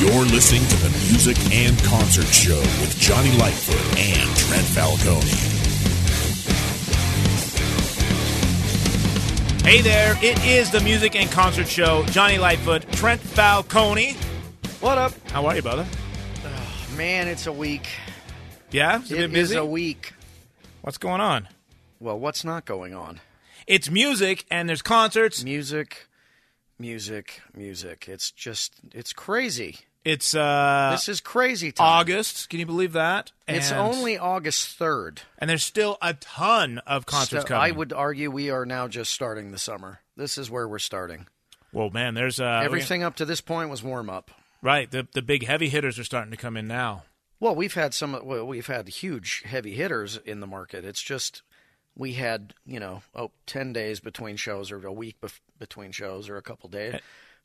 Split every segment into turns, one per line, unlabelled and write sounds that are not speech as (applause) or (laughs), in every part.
You're listening to the Music and Concert Show with Johnny Lightfoot and Trent Falcone.
Hey there, it is the Music and Concert Show. Johnny Lightfoot, Trent Falcone.
What up?
How are you, brother?
Oh, man, it's a week.
Yeah? It's
it been busy? is a week.
What's going on?
Well, what's not going on?
It's music and there's concerts.
Music, music, music. It's just, it's crazy.
It's uh
This is crazy time.
August, can you believe that?
And it's only August 3rd.
And there's still a ton of concerts so coming.
I would argue we are now just starting the summer. This is where we're starting.
Well, man, there's uh
Everything up to this point was warm up.
Right, the the big heavy hitters are starting to come in now.
Well, we've had some well, we've had huge heavy hitters in the market. It's just we had, you know, oh, 10 days between shows or a week bef- between shows or a couple days. It,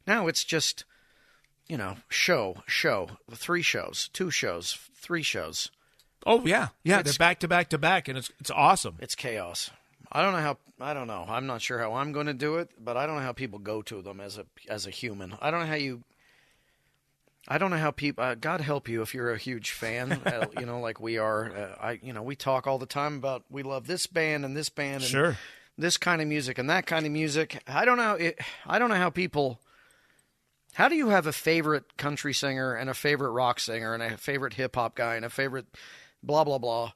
now it's just you know, show, show, three shows, two shows, three shows.
Oh yeah, yeah, it's, they're back to back to back, and it's it's awesome.
It's chaos. I don't know how. I don't know. I'm not sure how I'm going to do it, but I don't know how people go to them as a as a human. I don't know how you. I don't know how people. Uh, God help you if you're a huge fan, uh, you know, like we are. Uh, I, you know, we talk all the time about we love this band and this band, and
sure,
this kind of music and that kind of music. I don't know. It, I don't know how people. How do you have a favorite country singer and a favorite rock singer and a favorite hip hop guy and a favorite blah blah blah?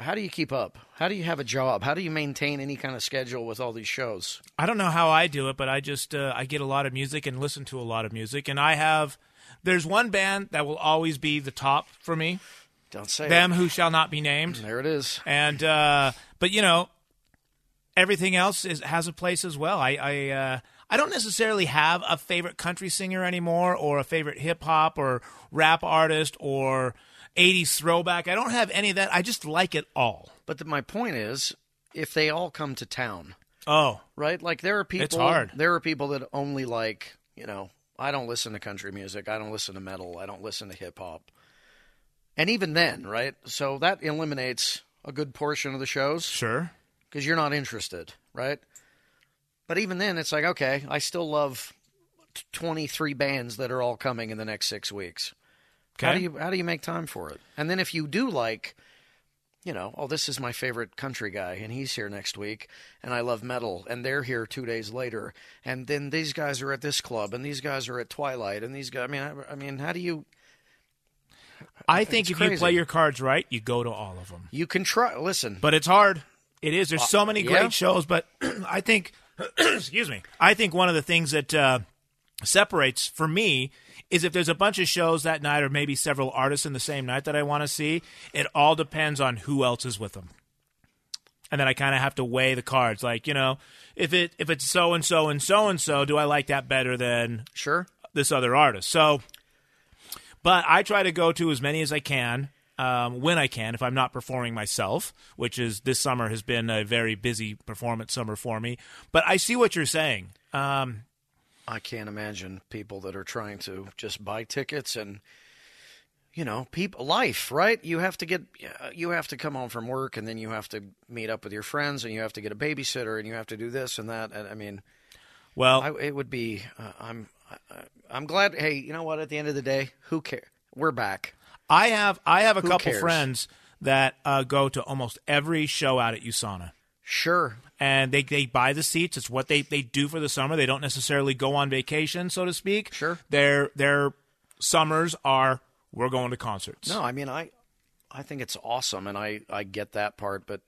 How do you keep up? How do you have a job? How do you maintain any kind of schedule with all these shows?
I don't know how I do it, but I just uh, I get a lot of music and listen to a lot of music, and I have. There's one band that will always be the top for me.
Don't say
them
it.
who shall not be named.
There it is.
And uh, but you know, everything else is has a place as well. I I. Uh, I don't necessarily have a favorite country singer anymore or a favorite hip hop or rap artist or 80s throwback. I don't have any of that. I just like it all.
But the, my point is if they all come to town.
Oh.
Right? Like there are people
It's hard.
there are people that only like, you know, I don't listen to country music. I don't listen to metal. I don't listen to hip hop. And even then, right? So that eliminates a good portion of the shows.
Sure.
Cuz you're not interested, right? But even then, it's like, okay, I still love 23 bands that are all coming in the next six weeks. Okay. How do you how do you make time for it? And then if you do like, you know, oh, this is my favorite country guy, and he's here next week, and I love metal, and they're here two days later, and then these guys are at this club, and these guys are at Twilight, and these guys. I mean, I, I mean, how do you?
I think if crazy. you play your cards right, you go to all of them.
You can try. Listen,
Mm-hmm. but it's hard. It is. There's so many great yeah. shows, but (clears throat) I think excuse me. I think one of the things that uh, separates for me is if there's a bunch of shows that night or maybe several artists in the same night that I want to see, it all depends on who else is with them. And then I kind of have to weigh the cards, like you know, if it if it's so and so and so and so, do I like that better than
sure
this other artist? So, but I try to go to as many as I can um, when I can, if I'm not performing myself, which is this summer has been a very busy performance summer for me. But I see what you're saying. Um,
I can't imagine people that are trying to just buy tickets and you know, people life, right? You have to get uh, you have to come home from work and then you have to meet up with your friends and you have to get a babysitter and you have to do this and that. And I mean,
well,
I, it would be uh, I'm I, I'm glad. Hey, you know what? At the end of the day, who cares? We're back.
I have I have a Who couple cares? friends that uh, go to almost every show out at USANA.
Sure.
And they, they buy the seats. It's what they, they do for the summer. They don't necessarily go on vacation, so to speak.
Sure.
They're they're summers are we're going to concerts.
No, I mean I I think it's awesome and I I get that part, but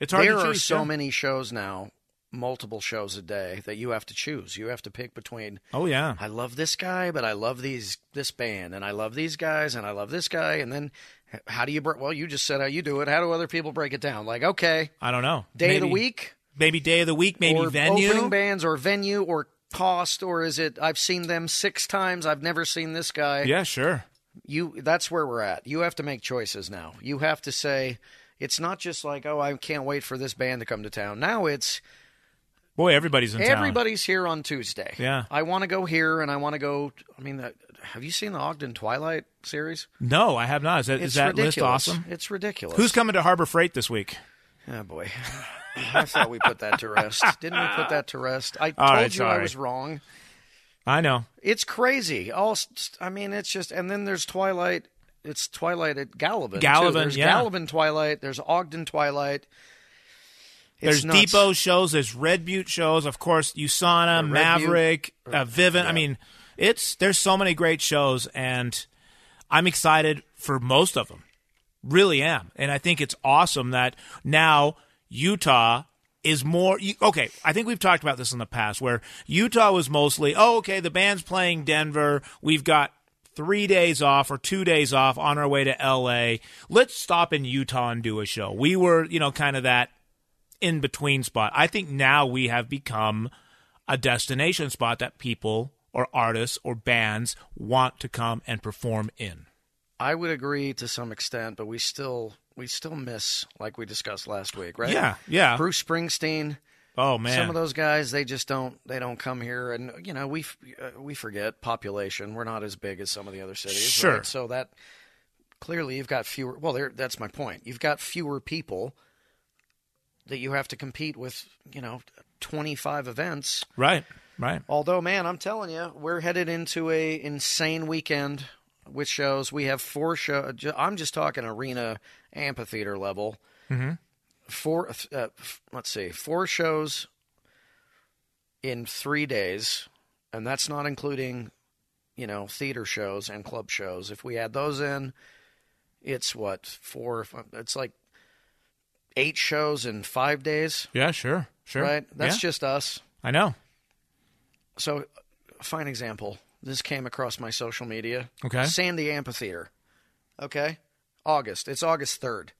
it's hard
there
to
are
choose.
so
yeah.
many shows now, multiple shows a day that you have to choose. You have to pick between
Oh yeah,
I love this guy, but I love these this band, and I love these guys, and I love this guy, and then h- how do you break? Well, you just said how you do it. How do other people break it down? Like, okay,
I don't know.
day of the
Maybe-
week,
maybe day of the week, maybe
or
venue.
opening bands, or venue, or cost, or is it? I've seen them six times. I've never seen this guy.
Yeah, sure.
You. That's where we're at. You have to make choices now. You have to say. It's not just like, oh, I can't wait for this band to come to town. Now it's
Boy, everybody's in town.
Everybody's here on Tuesday.
Yeah.
I want to go here and I want to go. I mean, that, have you seen the Ogden Twilight series?
No, I have not. Is that,
It's
is that
ridiculous.
list awesome?
It's ridiculous.
Who's coming to Harbor Freight this week?
Oh, boy. I thought we put that to
(laughs)
rest. Didn't we put that to rest? I
All
told
right,
you
sorry.
I was wrong.
I know.
It's crazy. All s- I mean, it's just. And then there's Twilight. It's Twilight at Gallivan. too.
Gallivan,
There's
yeah.
Gallivan Twilight. There's Ogden Twilight. It's
There's
nuts.
Depot shows. There's Red Butte shows. Of course, USANA,
Butte.
Maverick, uh, Vivint. I mean, it's there's so many great shows, and I'm excited for most of them. Really am, and I think it's awesome that now Utah is more you- okay. I think we've talked about this in the past, where Utah was mostly oh, okay, the band's playing Denver. We've got three days off or two days off on our way to L.A. Let's stop in Utah and do a show. We were, you know, kind of that in between spot. I think now we have become a destination spot that people or artists or bands want to come and perform in.
I would agree to some extent, but we still we still miss like we discussed last week, right?
Yeah, yeah.
Bruce Springsteen,
Oh man,
some of those guys, they just don't they don't come here, and you know we f- uh, we forget population. We're not as big as some of the other cities,
Sure.
right? So that clearly you've got fewer. Well, there that's my point. You've got fewer people that you have to compete with. You know, twenty five events.
right, right.
Although, man, I'm telling you, we're headed into a insane weekend with shows. We have four show. ju- I'm just talking arena amphitheater level. Mm-hmm. Four. Uh, f- let's see, four shows in three days, and that's not including, you know, theater shows and club shows. If we add those in, it's what four. It's like eight shows in five days,
Yeah, sure, sure.
right? That's
Yeah.
just us
I know.
so a fine example this came across my social media
Okay.
sandy amphitheater okay august it's august 3rd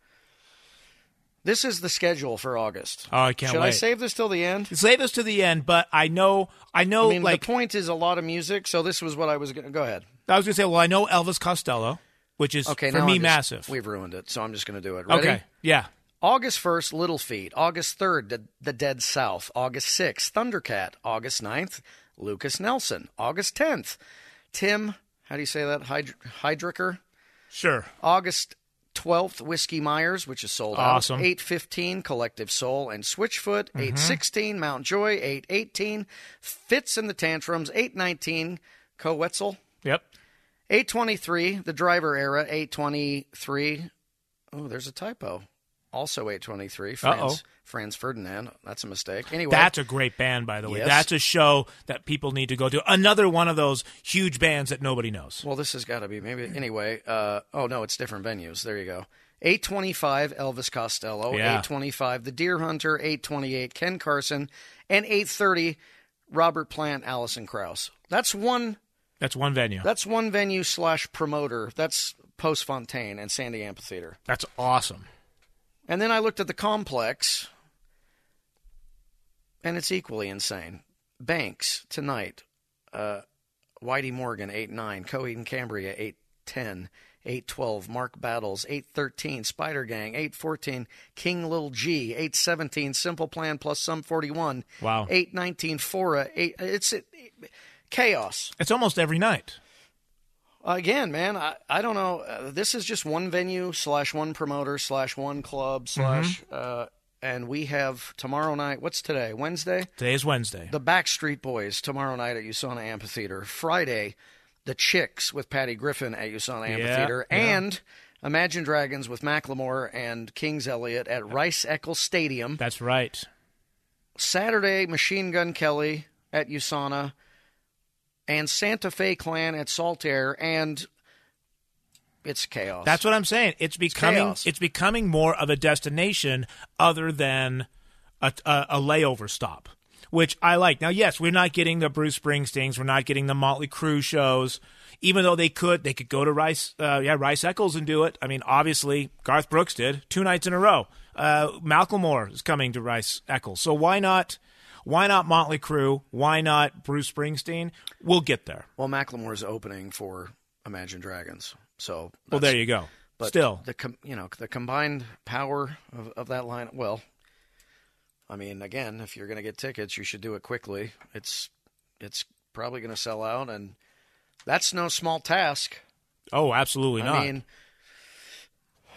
this is the schedule for august
Oh, I can't
should i
wait.
save this till the end
Save us to the end, but I know, I know.
i mean
like
the point is a lot of music so this was what i was gonna go ahead
I was gonna say, well, I know Elvis Costello, which is
okay
for
now
me
I'm just-
massive.
we've ruined it so i'm just gonna do it Ready?
okay, yeah,
August 1st, Little Feet. August 3rd, the, the Dead South. August 6th, Thundercat. August 9th, Lucas Nelson. August 10th, Tim, how do you say that? Hyd- Heidricker?
sure.
August 12th, Whiskey Myers, which is sold
Awesome. Mm-hmm.
out. 815, Collective Soul and Switchfoot. 816, Mount Joy. 818, Fits and the Tantrums. 819, Coetzel.
Yep.
823, The Driver Era. 823, oh, there's a typo. Also 823, Franz, Franz Ferdinand. That's a mistake. Anyway,
That's a great band, by the way.
Yes.
That's a show that people need to go to. Another one of those huge bands that nobody knows.
Well, this has got to be maybe anyway. Uh, oh no, it's different venues. There you go. Eight twenty-five, Elvis Costello.
Yeah.
Eight twenty-five, The Deer Hunter. Eight twenty-eight, Ken Carson, and eight thirty, Robert Plant, Allison Krauss. That's one.
That's one venue.
That's one venue slash promoter. That's Post Fontaine and Sandy Amphitheater.
That's awesome.
And then I looked at the complex, and it's equally insane. Banks tonight, uh, Whitey Morgan eight nine, Coheed and Cambria eight ten, eight twelve, Mark Battles eight thirteen, Spider Gang eight fourteen, King Little G eight seventeen, Simple Plan plus Sum forty one,
Wow.
eight nineteen, Fora eight. It's it, chaos
It's almost every night.
again man i, I don't know uh, this is just one venue slash one promoter slash one club
Mm-hmm.
slash uh, and we have tomorrow night what's today wednesday
Today is Wednesday.
the backstreet boys tomorrow night at usana amphitheater friday the chicks with patty griffin at usana amphitheater
yeah.
and imagine dragons with macklemore and kings elliott at rice eccles stadium
That's right.
saturday machine gun kelly at usana and Santa Fe Clan at Salt Air, and it's chaos.
That's what I'm saying. It's becoming it's,
chaos.
becoming more of a destination other than a, a, a layover stop, which I like. Now, yes, we're not getting the Bruce Springsteens, we're not getting the Motley Crue shows, even though they could they could go to Rice uh, yeah Rice Eccles and do it. I mean, obviously Garth Brooks did two nights in a row. Uh, Malcolm Moore is coming to Rice Eccles, so why not? Why not Motley Crue? Why not Bruce Springsteen? We'll get there.
well, Macklemore is opening for Imagine Dragons, so
Well,
that's-
there you go.
But
Still,
the com- you know the combined power of, of that line. Well, I mean, again, if you're going to get tickets, you should do it quickly. It's it's probably going to sell out, and that's no small task.
oh, absolutely not.
I mean,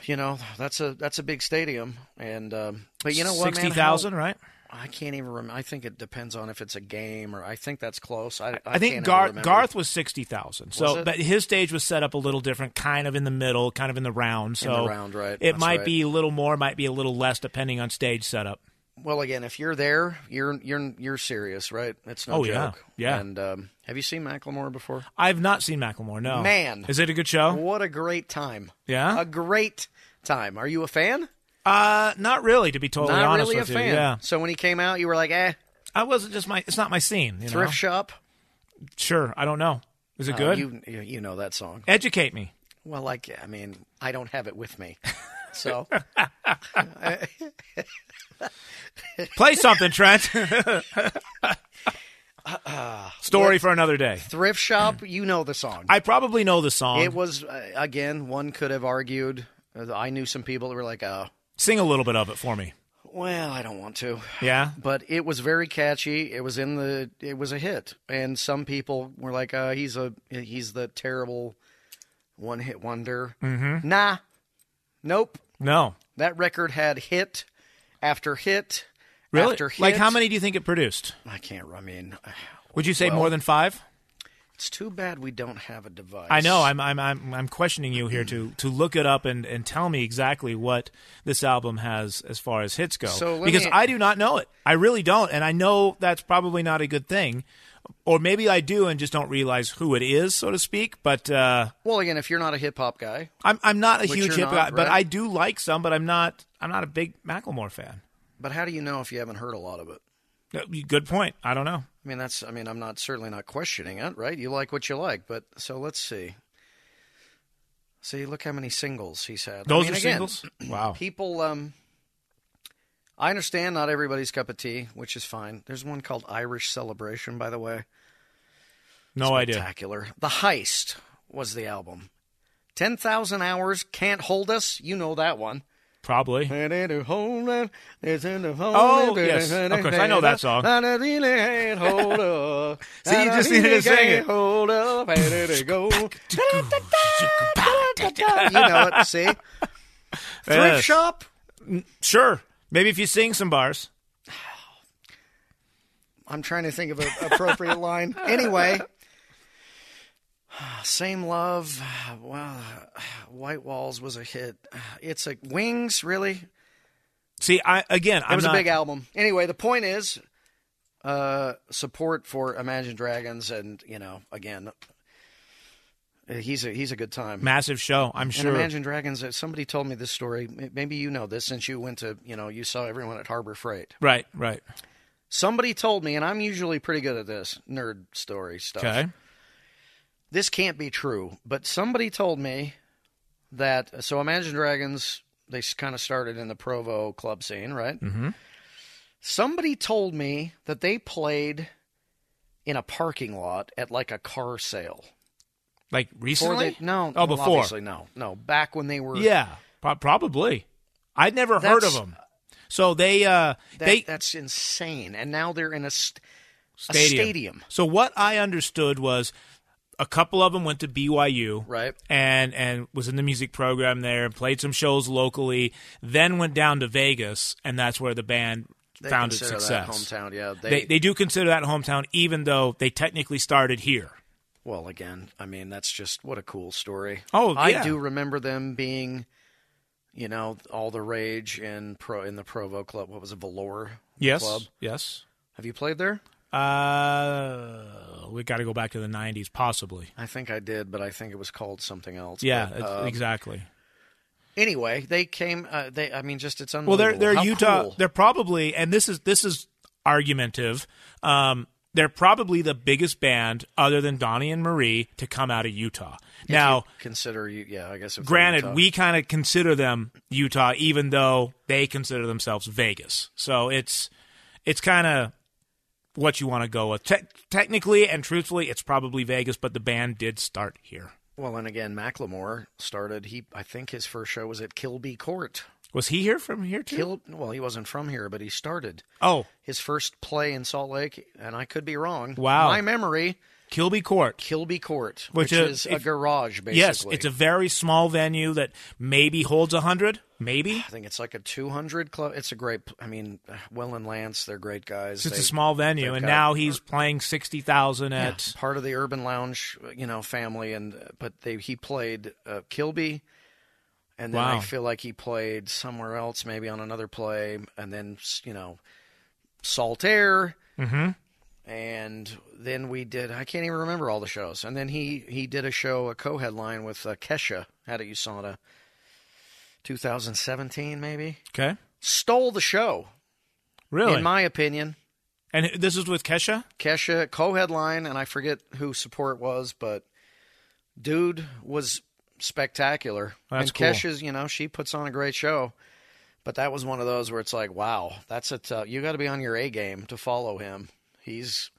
you know, that's a that's a big stadium, and um, but you know what, man? How-
sixty thousand, right?
I can't even remember. I think it depends on if it's a game or I think that's close. I I,
I think
can't ever
Garth,
remember.
Garth was sixty thousand.
Was
So,
it?
but his stage was set up a little different, kind of in the middle, kind of in the round. So
round, right.
It
That's
might
right.
be a little more, might be a little less, depending on stage setup.
Well, again, if you're there, you're you're you're serious, right? It's no
Oh, yeah.
joke.
Yeah.
And um, have you seen Macklemore before?
I've not seen Macklemore. No,
Man.
is it a good show?
What a great time!
Oh. Yeah?
a great time. Are you a fan?
Uh, not really, to be totally
Not
honest
really a
with you.
fan.
Yeah,
So when he came out, you were like, "Eh,
I wasn't just my. It's not my scene. You
thrift
know?
shop."
Sure, I don't know. Is it
Uh,
good?
you you you know that song.
Educate me.
Well, like I mean, I don't have it
(laughs)
with me, so
Play something,
(laughs)
Trent. Story for another day.
thrift shop. You know the song.
I probably know the song.
It was uh, again. One could have argued. uh, I knew some people that were like, "Oh,
Sing a little bit of it for me.
well, I don't want to."
Yeah.
But it was very catchy. It was in the. It was a hit, and some people were like, uh, "He's a. He's the terrible one-hit wonder." Mm-hmm. Nah, nope.
No.
That record had hit after hit
Really?
after hit.
like how many do you think it produced?
I can't. I mean, (sighs)
Would you say more than 5?
it's too bad we don't have a device.
I know I'm I'm I'm I'm questioning you here to to look it up and and tell me exactly what this album has as far as hits go
So let
because
me-
I do not know it. I really don't and I know that's probably not a good thing. Or maybe I do and just don't realize who it is, so to speak, but uh
Well, again, if you're not a hip hop guy,
I'm I'm not a
But
huge
you're
hip
not,
hop, but
right?
I do like some, but I'm not I'm not a big Macklemore fan.
but how do you know if you haven't heard a lot of it?
Uh, Good point. I don't know.
I mean, that's. I mean, I'm not certainly not questioning it, right? You like what you like, but so let's see. See, look how many singles he's had. I
Those
mean,
are
again,
singles. Oh.
(clears throat)
Wow.
People, um, I understand not everybody's cup of tea, which is fine. There's one called Irish Celebration, by the way.
No idea.
Spectacular. The Heist was the album. Ten thousand hours can't hold us. You know that one.
Probably.
Oh
yes. Of course, I know that song. (laughs)
Hold up.
See, you just needed to sing it.
Hold up. Ready to go. (laughs) You know it.
(laughs)
See, thrift
Yes.
shop.
Sure. Maybe if you sing some bars.
I'm trying to think of an appropriate line. Anyway, (sighs) same love. Well, White Walls was a hit. It's a Wings, really.
See, I again,
It
I'm
was
not,
a big album. Anyway, the point is uh, support for Imagine Dragons, and you know, again, uh, he's a he's a good time.
massive show. I'm
and
sure.
Imagine Dragons. uh, Somebody told me this story. M- Maybe you know this since you went to you know you saw everyone at Harbor Freight.
Right, right.
Somebody told me, and I'm usually pretty good at this nerd story stuff.
Okay.
This can't be true, but somebody told me that. So Imagine Dragons, they kind of started in the Provo club scene, right? Mm-hmm. Somebody told me that they played in a parking lot at like a car sale.
Like
Before
recently?
they, no,
Oh,
well,
before.
Obviously, no, no. Back when they were
Yeah, pro- probably. I'd never heard of
That's-
them. So they uh
That,
they
that's insane. And now they're in a, st- a
stadium.
stadium.
So what I understood was a couple of them went to BYU.
Right.
And and was in the music program there, played some shows locally, then went down to Vegas and that's where the band
They
found its
consider
success.
That hometown, yeah. They,
They, they do consider that hometown, even though they technically started here.
well, again, I mean, that's just what a cool story.
Oh, yeah.
I do remember them being, you know, all the rage in pro in the Provo Club. What was it, Valor
Yes.
Club?
Yes.
Have you played there?
Uh, we got to go back to the '90s, possibly.
I think I did, but I think it was called something else.
Yeah,
But,
it's-
uh,
exactly.
Anyway, they came. Uh, they, I mean, just it's
Well,
unbelievable.
they're they're
How
Utah.
cool.
They're probably, and this is this is argumentative. Um, they're probably the biggest band other than Donnie and Marie to come out of Utah. now,
consider you. Yeah, I guess. if they're
granted,
Utah.
we kind of consider them Utah, even though they consider themselves Vegas. So it's it's kind of what you want to go with. Te- technically and truthfully, it's probably Vegas, but the band did start here.
Well, and again, Macklemore started. He, I think, his first show was at Kilby Court.
Was he here from here too?
Kil, well, he wasn't from here, but he started
oh,
his first play in Salt Lake, and I could be wrong.
Wow.
my memory,
Kilby Court.
Kilby Court,
Which
which,
is-
is a
if-
garage, basically.
Yes, it's a very small venue that maybe holds a hundred, maybe.
I think it's like a 200 club. It's a great. I mean, Will and Lance, they're great guys.
It's just a
They-
small venue,
they've
and
got-
now he's playing sixty thousand
yeah,
at.
part of the Urban Lounge, you know, family. And but they he played uh, Kilby, and then
Wow.
I feel like he played somewhere else, maybe on another play, and then s- you know, Salt Air.
Mm-hmm.
And then we did. I can't even remember all the shows. And then he he did a show, a co-headline with uh, Kesha out at USADA, 2017 maybe.
Okay,
Stole the show,
really.
in my opinion.
and this is with Kesha.
Kesha co-headline, and I forget who support was, but dude was spectacular.
That's
and
cool.
Kesha's, you know, she puts on a great show, but that was one of those where it's like, wow, that's a tou- you got to be on your A game to follow him. He's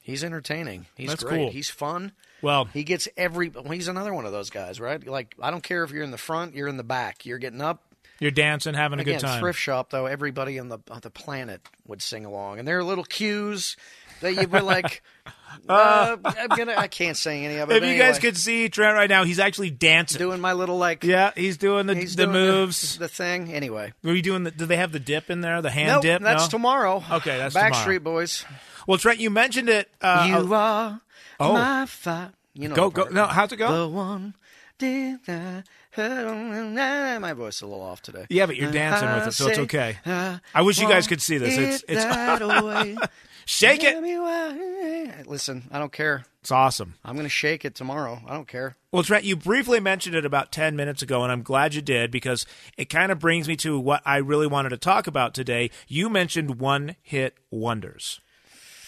he's entertaining. He's
That's
great.
cool.
He's fun.
Well,
He gets every. well, He's another one of those guys, right? Like I don't care if you're in the front, you're in the back, you're getting up,
you're dancing, having a
Again,
good time.
thrift shop though, everybody on the on the planet would sing along, and there are little cues that you were like,
(laughs)
uh, I'm gonna, I can't sing any of it.
if
but
you guys
anyway,
could see Trent right now, he's actually dancing.
doing my little like,
yeah, he's doing the,
he's
the
doing
moves.
the, thing. Anyway,
Were you doing? The, do they have the dip in there? The hand
nope,
dip?
that's
No?
tomorrow.
Okay, that's tomorrow.
Backstreet Boys.
Well, Trent, you mentioned it. Uh,
you are
oh.
my fire. You know,
go
the
go.
part.
No, how's it go?
The one. Did I, my voice is a little off today.
Yeah, but you're dancing with it, so it's
say
okay.
I
I wish you guys
want
could see this. It's-
it
it's-
that away.
(laughs) Shake
Tell (laughs)
it.
me why. Listen, I don't care.
It's awesome.
I'm going to shake it tomorrow. I don't care.
Well, Trent, you briefly mentioned it about 10 minutes ago, and I'm glad you did because it kind of brings me to what I really wanted to talk about today. You mentioned one hit wonders.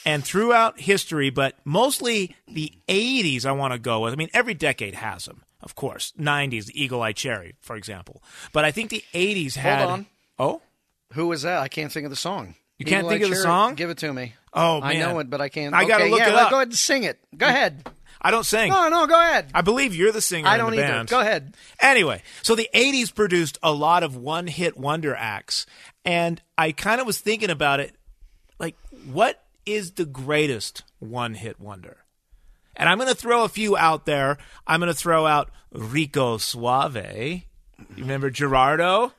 And throughout history, but mostly the 80s, I want to go with. I mean, every decade has them, of course. 90s, the Eagle Eye Cherry, for example. But I think the 80s had.
on.
Oh?
Who was that? I can't think of the song.
You can't
Eagle
think
Eye
of the
Cherry-
song?
Give it to me.
Oh,
I know
man.
it, but I can't.
I gotta
okay,
look
yeah,
it
let-
up.
Go ahead and sing it. Go ahead.
I don't sing.
No, no, go ahead.
I believe you're the singer
I
in the
don't either.
band.
Go ahead.
Anyway, so the 80s produced a lot of one hit wonder acts. And I kind of was thinking about it like, what is the greatest one hit wonder? And I'm going to throw a few out there. I'm going to throw out Rico Suave. You remember Gerardo?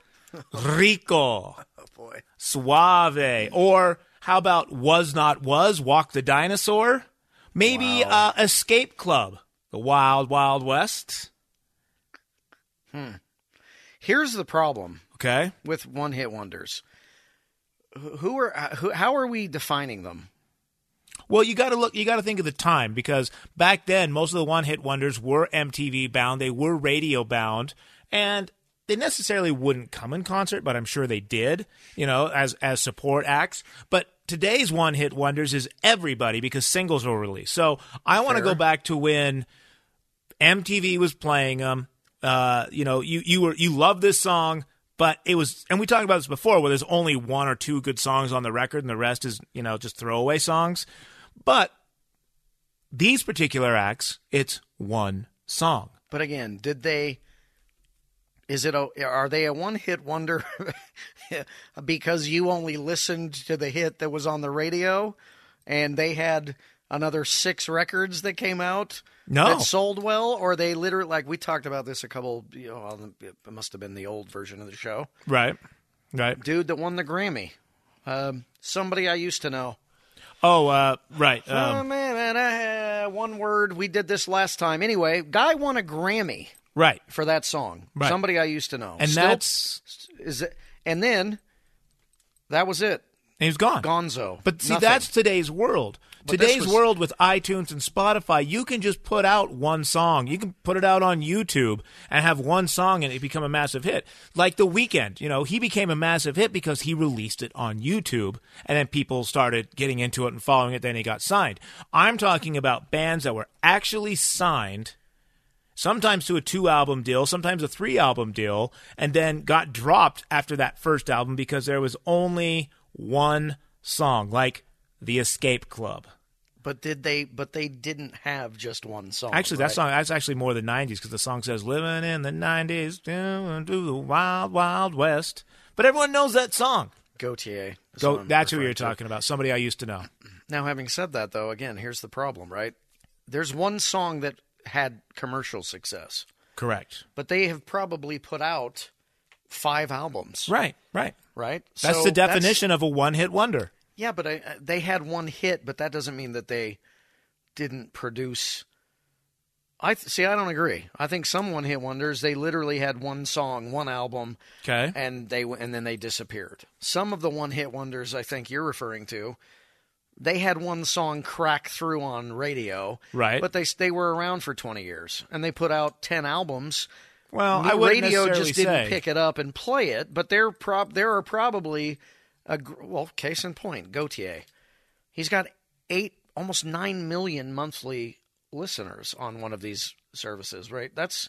Rico
Boy.
Suave. Or how about Was Not Was, Walk the Dinosaur? Maybe uh, Escape Club, The Wild Wild West.
Here's the problem
Okay.
with one hit wonders. Wh- Who are uh, who, how are we defining them?
Well, you got to look. You got to think of the time because back then, most of the one-hit wonders were MTV bound. They were radio bound, and they necessarily wouldn't come in concert, but I'm sure they did. You know, as as support acts. But today's one-hit wonders is everybody because singles were released. So I want to go back to when MTV was playing them. Uh, you know, you you were you love this song, but it was, and we talked about this before, where there's only one or two good songs on the record, and the rest is you know just throwaway songs. But these particular acts, it's one song.
But again, did they? Is it a? Are they a one-hit wonder (laughs) because you only listened to the hit that was on the radio, and they had another six records that came out
No.
that sold well, or they literally like we talked about this a couple. You know, on the- it must have been the old version of the show.
Right. Right.
Dude that won the Grammy, um, somebody I used to know.
Oh, uh, right.
oh
Um,
man, man, uh, one word. We did this last time. Anyway, guy won a Grammy
right.
for that song.
Right.
Somebody I used to know.
And
Still-
that's
is it, and then that was it.
and he's gone.
Gonzo.
But see,
Nothing.
that's today's world.
But this
Today's
was-
world with iTunes and Spotify, you can just put out one song. You can put it out on YouTube and have one song and it become a massive hit. Like The Weeknd, you know, he became a massive hit because he released it on YouTube and then people started getting into it and following it. Then he got signed. I'm talking about bands that were actually signed sometimes to a two album deal, sometimes a three album deal, and then got dropped after that first album because there was only one song, like The Escape Club.
But did they? But they didn't have just one song.
Actually,
Oh, right?
that song that's actually more the '90s because the song says "Living in the '90s, down to the wild, wild west." But everyone knows that song.
Gautier. is
Go.
what I'm
that's who you're
referring to.
talking about. Somebody I used to know.
Now, having said that, though, again, here's the problem, right? There's one song that had commercial success,
Correct.
but they have probably put out five albums,
Right. Right.
right?
That's
So
the definition of a one-hit wonder.
yeah, but I, they had one hit, but that doesn't mean that they didn't produce. I th- see. I don't agree. I think some one-hit wonders. They literally had one song, one album,
Okay.
and they and then they disappeared. Some of the one-hit wonders I think you're referring to, they had one song crack through on radio,
Right.
But they they were around for 20 years and they put out 10 albums.
Well,
The
I wouldn't
radio
necessarily
just didn't
say-
pick it up and play it, but there prob there are probably a gr- well case in point Gautier. He's got eight almost nine million monthly listeners on one of these services, right? That's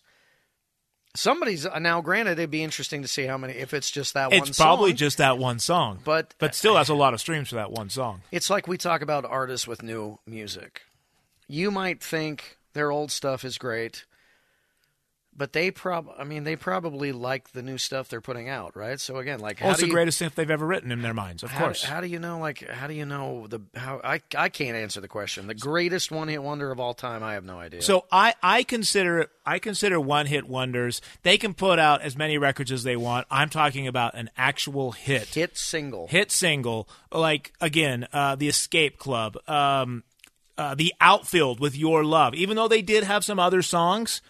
somebody's uh, now. Granted, it'd be interesting to see how many. If it's just that one,
It's probably
song,
just that one song.
But- uh,
but still, that's a lot of streams for that one song.
It's like we talk about artists with new music. You might think their old stuff is great, but they prob I mean they probably like the new stuff they're putting out, right? So again, like how
Oh, it's
do
the
you,
greatest synth they've ever written in their minds, of
how,
course.
How do you know like how do you know the how I I can't answer the question. The greatest one-hit wonder of all time, I have no idea.
So I, I consider I consider one hit wonders. They can put out as many records as they want. I'm talking about an actual hit. Hit,
hit single.
single. Like again, uh, the Escape Club, um, uh, the Outfield with Your Love. Even though they did have some other songs,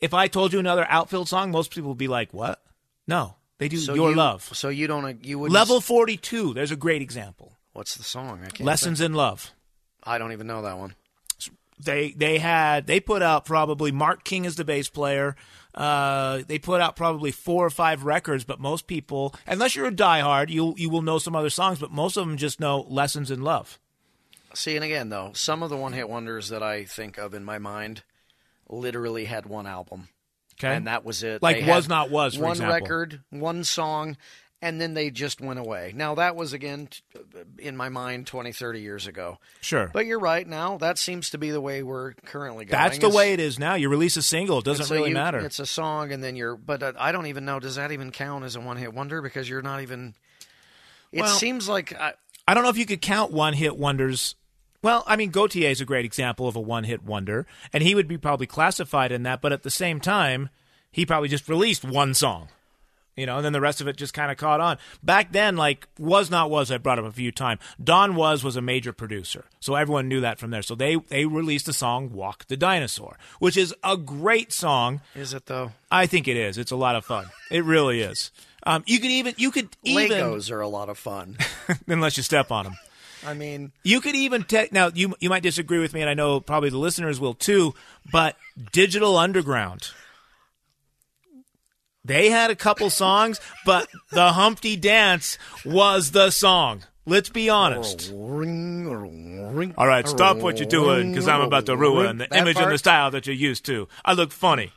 if I told you another Outfield song, most people would be like, "What? No, they do
so
Your
you,
Love."
So you don't you would
Level 42. There's a great example.
What's the song? I can't
Lessons in Love.
I don't even know that one.
they they had they put out probably Mark King is the bass player. Uh, they put out probably four or five records, but most people, unless you're a diehard, you you will know some other songs, but most of them just know "Lessons in Love."
See, and again, though, some of the one hit wonders that I think of in my mind literally had one album,
Okay,
and that was it.
Like
They
Was
had
Not Was, for
one
example.
record, one song, and then they just went away. Now, that was, again, t- in my mind 20, 30 years ago.
sure.
But you're right now, that seems to be the way we're currently going.
That's the
is-
way it is now. You release a single, it doesn't
so
really
you-
matter.
It's a song, and then you're. But uh, I don't even know. Does that even count as a one hit wonder? Because you're not even. It
Well-
seems like uh, I,
I don't know if you could count one hit wonders. Well, I mean, Gautier is a great example of a one hit wonder, and he would be probably classified in that, but at the same time, he probably just released one song. You know, and then the rest of it just kind of caught on. Back then, like was not was I brought up a few times. Don was was a major producer, so everyone knew that from there. So they they released the song "Walk the Dinosaur," which is a great song.
is it though.
I think it is. It's a lot of fun. It really is. Um, you could even you could even
Legos are a lot of fun.
(laughs)
(laughs)
unless you step on them.
I mean,
You could even te- now you you might disagree with me, and I know probably the listeners will too. But Digital Underground, they had a couple songs, but the Humpty Dance was the song. Let's be honest. All right, stop what you're doing because I'm about to ruin the
That
image and the
part?
style that you're used to. I look funny,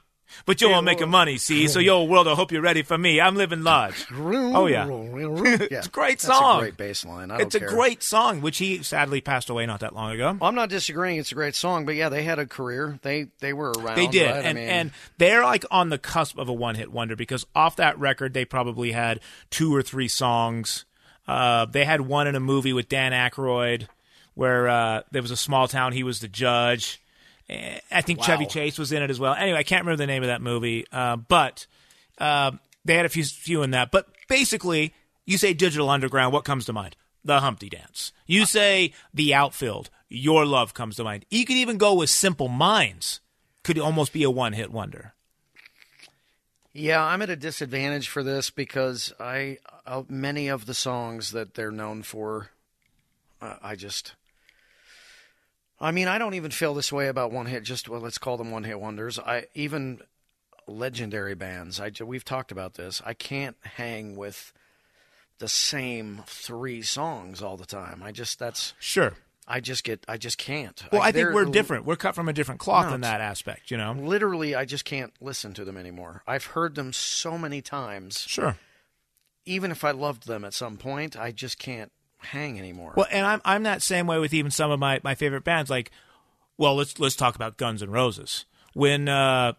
but you won't make money, see? So, yo, world, I hope you're ready for me. I'm living large. Oh yeah, (laughs)
it's
a great song.
That's a great bass line. I don't
it's a
care.
great song, which he sadly passed away not that long ago.
Well, I'm not disagreeing. It's a great song, but yeah, they had a career. They they were around.
They did,
right? I
and
mean,
and they're like on the cusp of a one-hit wonder because off that record they probably had two or three songs. Uh, they had one in a movie with Dan Aykroyd, where uh, there was a small town. He was the judge. Eh, I think Chevy Chase was in it as well. Anyway, I can't remember the name of that movie, uh, but uh, they had a few few in that. But basically, you say Digital Underground, what comes to mind? The Humpty Dance. You say The Outfield. Your love comes to mind. You could even go with Simple Minds could almost be a one hit wonder.
yeah, I'm at a disadvantage for this because I uh, many of the songs that they're known for, uh, I just I mean, I don't even feel this way about one hit. Just well, let's call them one hit wonders. I even legendary bands. I we've talked about this. I can't hang with the same three songs all the time. I just that's
Sure.
I just get I just can't.
Well, I,
they're-
think we're different. We're cut from a different cloth
No,
in
it's-
that aspect, you know?
Literally, I just can't listen to them anymore. I've heard them so many times.
Sure.
Even if I loved them at some point, I just can't hang anymore.
Well, and I'm I'm that same way with even some of my, my favorite bands. Like, well, let's let's talk about Guns N' Roses. When uh,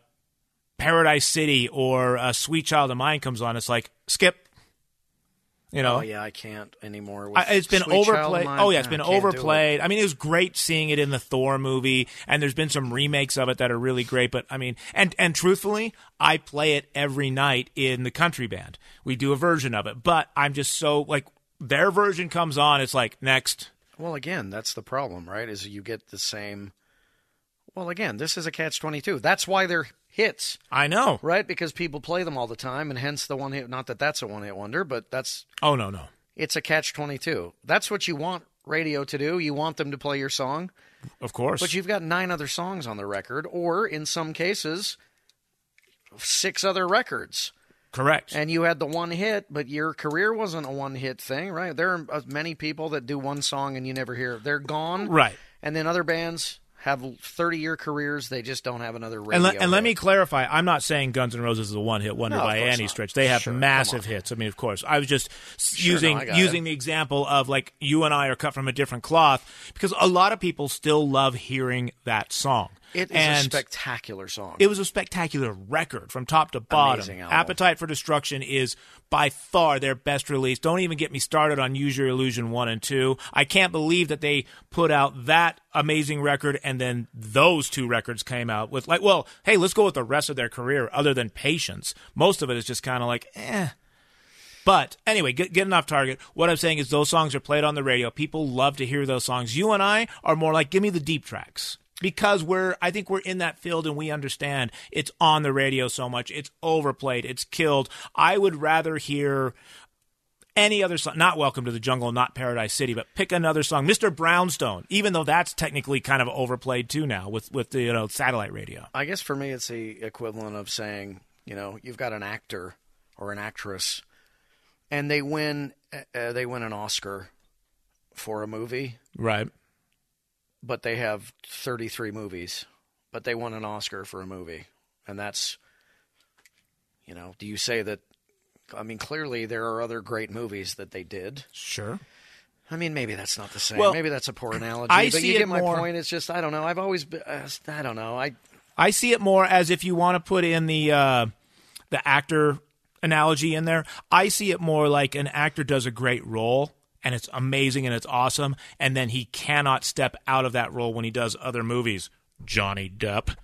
Paradise City or uh, Sweet Child of Mine comes on, it's like skip. You know,
Oh yeah, I can't anymore. With
I, it's been
Sweet Child of
overplayed.
Mine,
Oh yeah, it's
I
been
can't do it.
overplayed. I mean, it was great seeing it in the Thor movie, and there's been some remakes of it that are really great. But I mean, and and truthfully, I play it every night in the country band. We do a version of it, but I'm just so like their version comes on, it's like next.
Well, again, that's the problem, right? Is you get the same. Well, again, this is a catch twenty two. That's why they're hits,
I know.
right? Because people play them all the time, and hence the one hit. Not that that's a one hit wonder, but that's
Oh no, no.
it's a catch twenty two. That's what you want radio to do. You want them to play your song,
Of course.
but you've got nine other songs on the record, or in some cases, six other records.
correct.
And you had the one hit, but your career wasn't a one hit thing, right? There are uh, many people that do one song and you never hear. They're gone.
Right.
And then other bands have 30 year careers, they just don't have another radio.
and, let, and let
hit.
me clarify, I'm not saying Guns N' Roses is a one-hit wonder
No, of
by
course
any
not.
stretch. They have
Sure, come
massive
on.
hits. I mean, of course. I was just s- using
no, I got
using the example of like you and I are cut from a different cloth because a lot of people still love hearing that song.
It is
and
a spectacular song.
It was a spectacular record from top to bottom.
Amazing album.
Appetite for Destruction is by far their best release. Don't even get me started on Use Your Illusion 1 and 2. I can't believe that they put out that amazing record and then those two records came out with, like, well, hey, let's go with the rest of their career other than Patience. Most of it is just kind of like, eh. But anyway, get, getting off target, what I'm saying is those songs are played on the radio. People love to hear those songs. You and I are more like, give me the deep tracks because we're, I think we're in that field and we understand it's on the radio so much. It's overplayed. It's killed. I would rather hear any other song, not Welcome to the Jungle, not Paradise City, but pick another song, Mr. Brownstone, even though that's technically kind of overplayed too now with, with the, you know, satellite radio.
I guess for me, it's the equivalent of saying, you know, you've got an actor or an actress, and they win, uh, they win an Oscar for a movie,
Right.
but they have 33 movies, but they won an Oscar for a movie. And that's, you know, do you say that? I mean, clearly there are other great movies that they did.
Sure.
I mean, maybe that's not the same.
Well,
maybe that's a poor analogy.
I
but
see
you
it
get my
more-
point. It's just, I don't know. I've always been, uh, I don't know. I,
I see it more as if you want to put in the uh, the actor analogy in there. I see it more like an actor does a great role and it's amazing and it's awesome, and then he cannot step out of that role when he does other movies. Johnny Depp.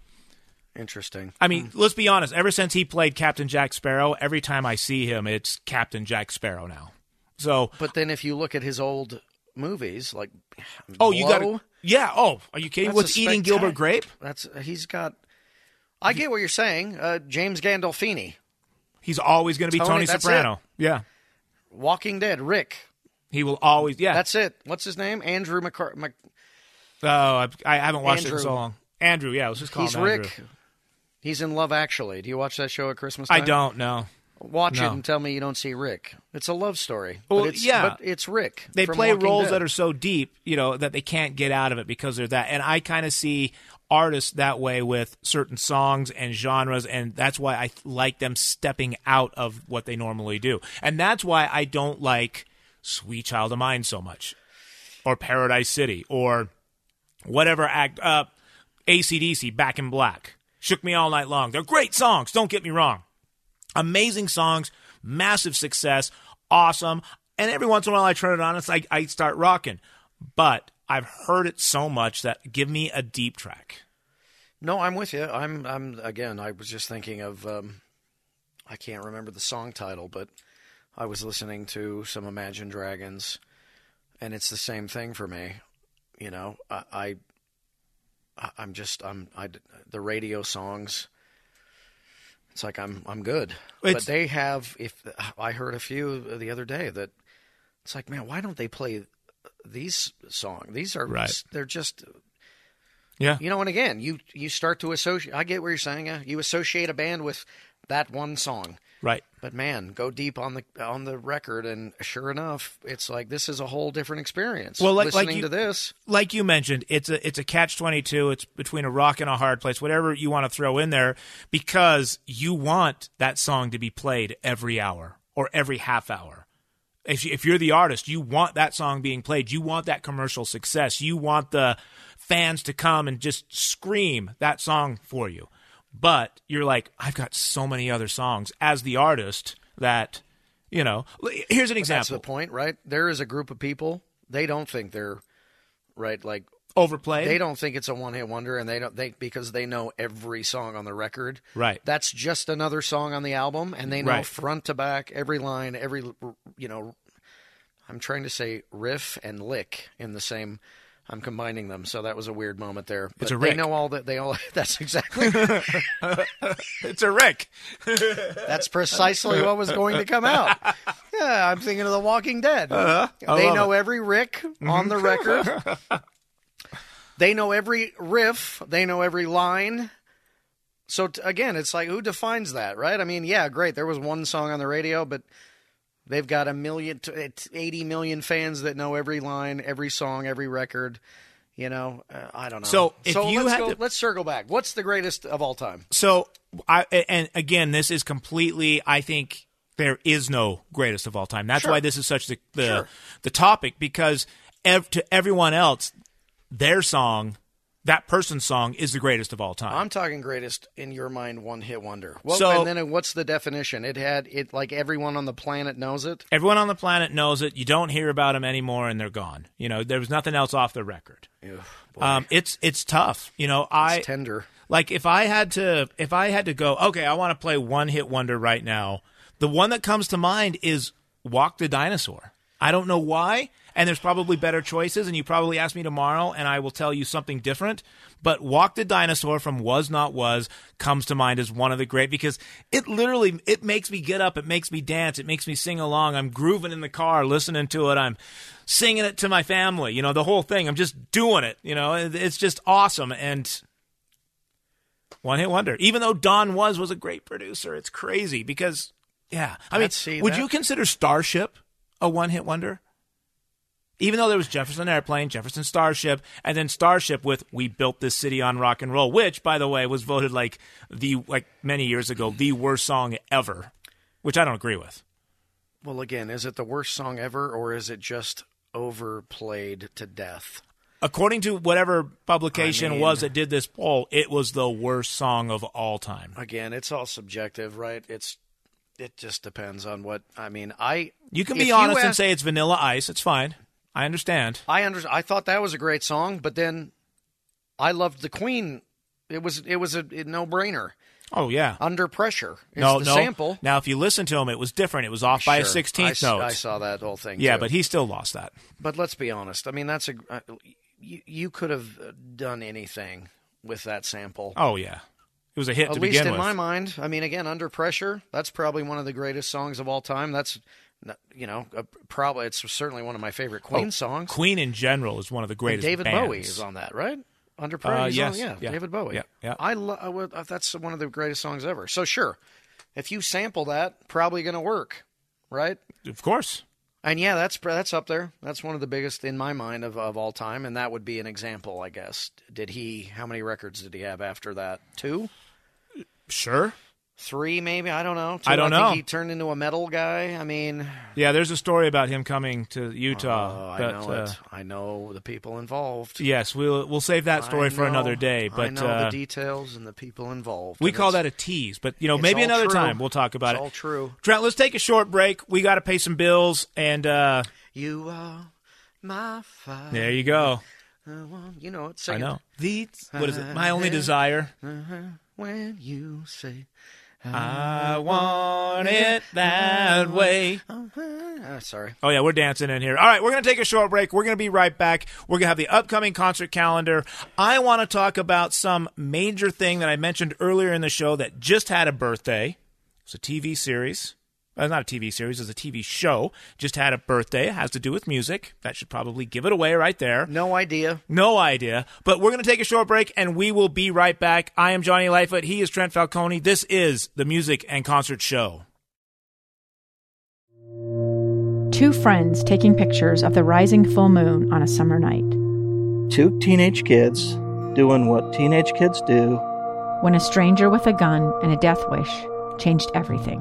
interesting.
I mean, let's be honest. Ever since he played Captain Jack Sparrow, every time I see him, it's Captain Jack Sparrow now. So,
But then if you look at his old movies, like,
oh, you got
Blow,
to, yeah. Oh, are you kidding? me?
that's a
What's eating
spectac-
Gilbert Grape?
That's, he's got, I get what you're saying. Uh, James Gandolfini,
He's always going to be
Tony,
Tony,
that's
Soprano. Yeah,
Walking Dead, Rick.
he will always. Yeah,
That's it. What's his name? Andrew McCart. Mc-
Oh, I, I haven't watched it in
Andrew.
so long. Andrew, yeah, let's just call
He's
him Andrew.
Rick. He's in Love Actually. Do you watch that show at Christmas
I
time?
don't know.
Watch
No.
it and tell me you don't see Rick. It's a love story.
Well,
but it's,
yeah.
But it's Rick.
They
from
play
Walking
roles
Dead.
that are so deep, you know, that they can't get out of it because they're that. And I kind of see artists that way with certain songs and genres, and that's why I like them stepping out of what they normally do. And that's why I don't like Sweet Child of Mine so much, or Paradise City, or whatever act uh, up, ACDC, Back in Black. Shook me all night long. They're great songs, don't get me wrong. amazing songs, massive success, awesome. And every once in a while, I turn it on, it's like I start rocking. But I've heard it so much that give me a deep track.
No, I'm with you. I'm. I'm again. I was just thinking of. Um, I can't remember the song title, but I was listening to some Imagine Dragons, and it's the same thing for me. You know, I. I I- I'm just I'm I the radio songs. It's like I'm I'm good, but
It's-
they have. If I heard a few the other day that it's like, man, why don't they play these song? These are
Right.
they're just
Yeah.
You know, and again, you you start to associate. I get what you're saying. Uh, you associate a band with that one song,
Right.
but man, go deep on the on the record, and sure enough, it's like this is a whole different experience.
Well, like- like
listening
you-
to this,
like you mentioned, it's a it's a catch twenty two. It's between a rock and a hard place, whatever you want to throw in there, because you want that song to be played every hour or every half hour. If you, if you're the artist, you want that song being played. You want that commercial success. You want the fans to come and just scream that song for you. But you're like, I've got so many other songs as the artist that, you know. l- Here's an
that's the
example:
point, right? There is a group of people they don't think they're right, like
overplayed.
they don't think it's a one hit wonder, and they don't they because they know every song on the record.
Right.
That's just another song on the album, and they know
Right.
front to back every line, every you know. I'm trying to say riff and lick in the same. I'm combining them, so that was a weird moment there. But
a
they
rick.
know all that. They all. (laughs) That's exactly.
It's a Rick.
That's precisely what was going to
(laughs)
come out. Yeah, I'm thinking of The Walking Dead.
Uh-huh.
they know every Rick on the record.
(laughs)
they know every riff. They know every line. So t- again, it's like who defines that, right? I mean, yeah, great. There was one song on the radio, but they've got a million, t- it's 80 million fans that know every line, every song, every record. You know, uh, I don't know.
So if you
let's
had
go,
to-
let's circle back. What's the greatest of all time?
So I and again, this is completely. I think there is no greatest of all time. That's why this is such the the,
Sure.
the topic because ev- to everyone else, their song, that person's song, is the greatest of all time.
I'm talking greatest in your mind, one hit wonder. Well,
So-
and then what's the definition? It had it like everyone on the planet knows it.
everyone on the planet knows it. You don't hear about them anymore, and they're gone. You know, there was nothing else off the record. um, it's it's tough. You know, I
It's tender.
Like if I had to if I had to go, okay, I want to play one hit wonder right now. The one that comes to mind is Walk the Dinosaur. I don't know why, and there's probably better choices and you probably ask me tomorrow and I will tell you something different, but Walk the Dinosaur from Was Not Was comes to mind as one of the great because it literally it makes me get up, it makes me dance, it makes me sing along. I'm grooving in the car listening to it. I'm singing it to my family, you know, the whole thing. I'm just doing it, you know. It- It's just awesome and one hit wonder. Even though Don was was a great producer, it's crazy because yeah. I mean,
Let's see
would
that.
you consider Starship a one hit wonder? Even though there was Jefferson Airplane, Jefferson Starship, and then Starship with "We Built This City on Rock and Roll," which, by the way, was voted like the like many years ago the worst song ever, which I don't agree with.
Well, again, is it the worst song ever, or is it just overplayed to death?
According to whatever publication
I mean-
was that did this poll, it was the worst song of all time.
Again, it's all subjective, right? It's it just depends on what I mean. I
You can
if
be honest and
ask-
say it's Vanilla Ice. It's fine. I understand.
I under, I thought that was a great song, but then I loved the Queen. It was it was a, no brainer.
Oh yeah.
Under pressure is
no,
the
no.
sample.
Now, if you listen to him, it was different. It was off by a
Sure. I s-
sixteenth note.
I saw that whole thing.
yeah,
too.
but he still lost that.
But let's be honest. I mean, that's a uh, you, you could have done anything with that sample.
Oh yeah, it was a hit
At
to
least
begin
in
with.
my mind. I mean, again, under pressure, that's probably one of the greatest songs of all time. That's n- you know, a, probably it's certainly one of my favorite Queen songs.
Oh, Queen in general is one of the greatest.
David
bands.
Bowie is on that, right? Under pressure,
Uh,
he's
yes.
on, yeah,
Yeah.
David Bowie.
Yeah. Yeah.
I lo- I would- uh, that's one of the greatest songs ever. So sure, if you sample that, probably going to work, right?
Of course.
And yeah, that's that's up there. That's one of the biggest in my mind of, of all time, and that would be an example, I guess. Did he? How many records did he have after that? Two,
Sure.
three, maybe. I don't know. Two,
I don't
think
know.
he turned into a metal guy. I mean,
Yeah, there's a story about him coming to
oh,
Utah.
I
but,
know
uh,
it. I know the people involved.
Yes, we'll we'll save that story
I
for another
know-
day. But
I know
uh,
the details and the people involved.
we
and
call
it's-
that a tease. But you know,
it's
maybe
all
another
true.
time we'll talk about
It's
it.
All true.
Trent, let's take a short break. We got to pay some bills, and uh,
You are my fire.
there you go.
You know it. Sing
I
it.
know. The what is it? My only
(laughs)
desire.
When you say
I want it that way.
Ah, sorry.
Oh, yeah, we're dancing in here. All right, we're going to take a short break. We're going to be right back. We're going to have the upcoming concert calendar. I want to talk about some major thing that I mentioned earlier in the show that just had a birthday. It's a TV series uh, not a TV series, it's a TV show. Just had a birthday. It has to do with music. That should probably give it away right there.
No idea.
No idea. But we're going to take a short break and we will be right back. I am Johnny Lightfoot. He is Trent Falcone. This is the Music and Concert Show.
Two friends taking pictures of the rising full moon on a summer night.
Two teenage kids doing what teenage kids do.
When a stranger with a gun and a death wish changed everything.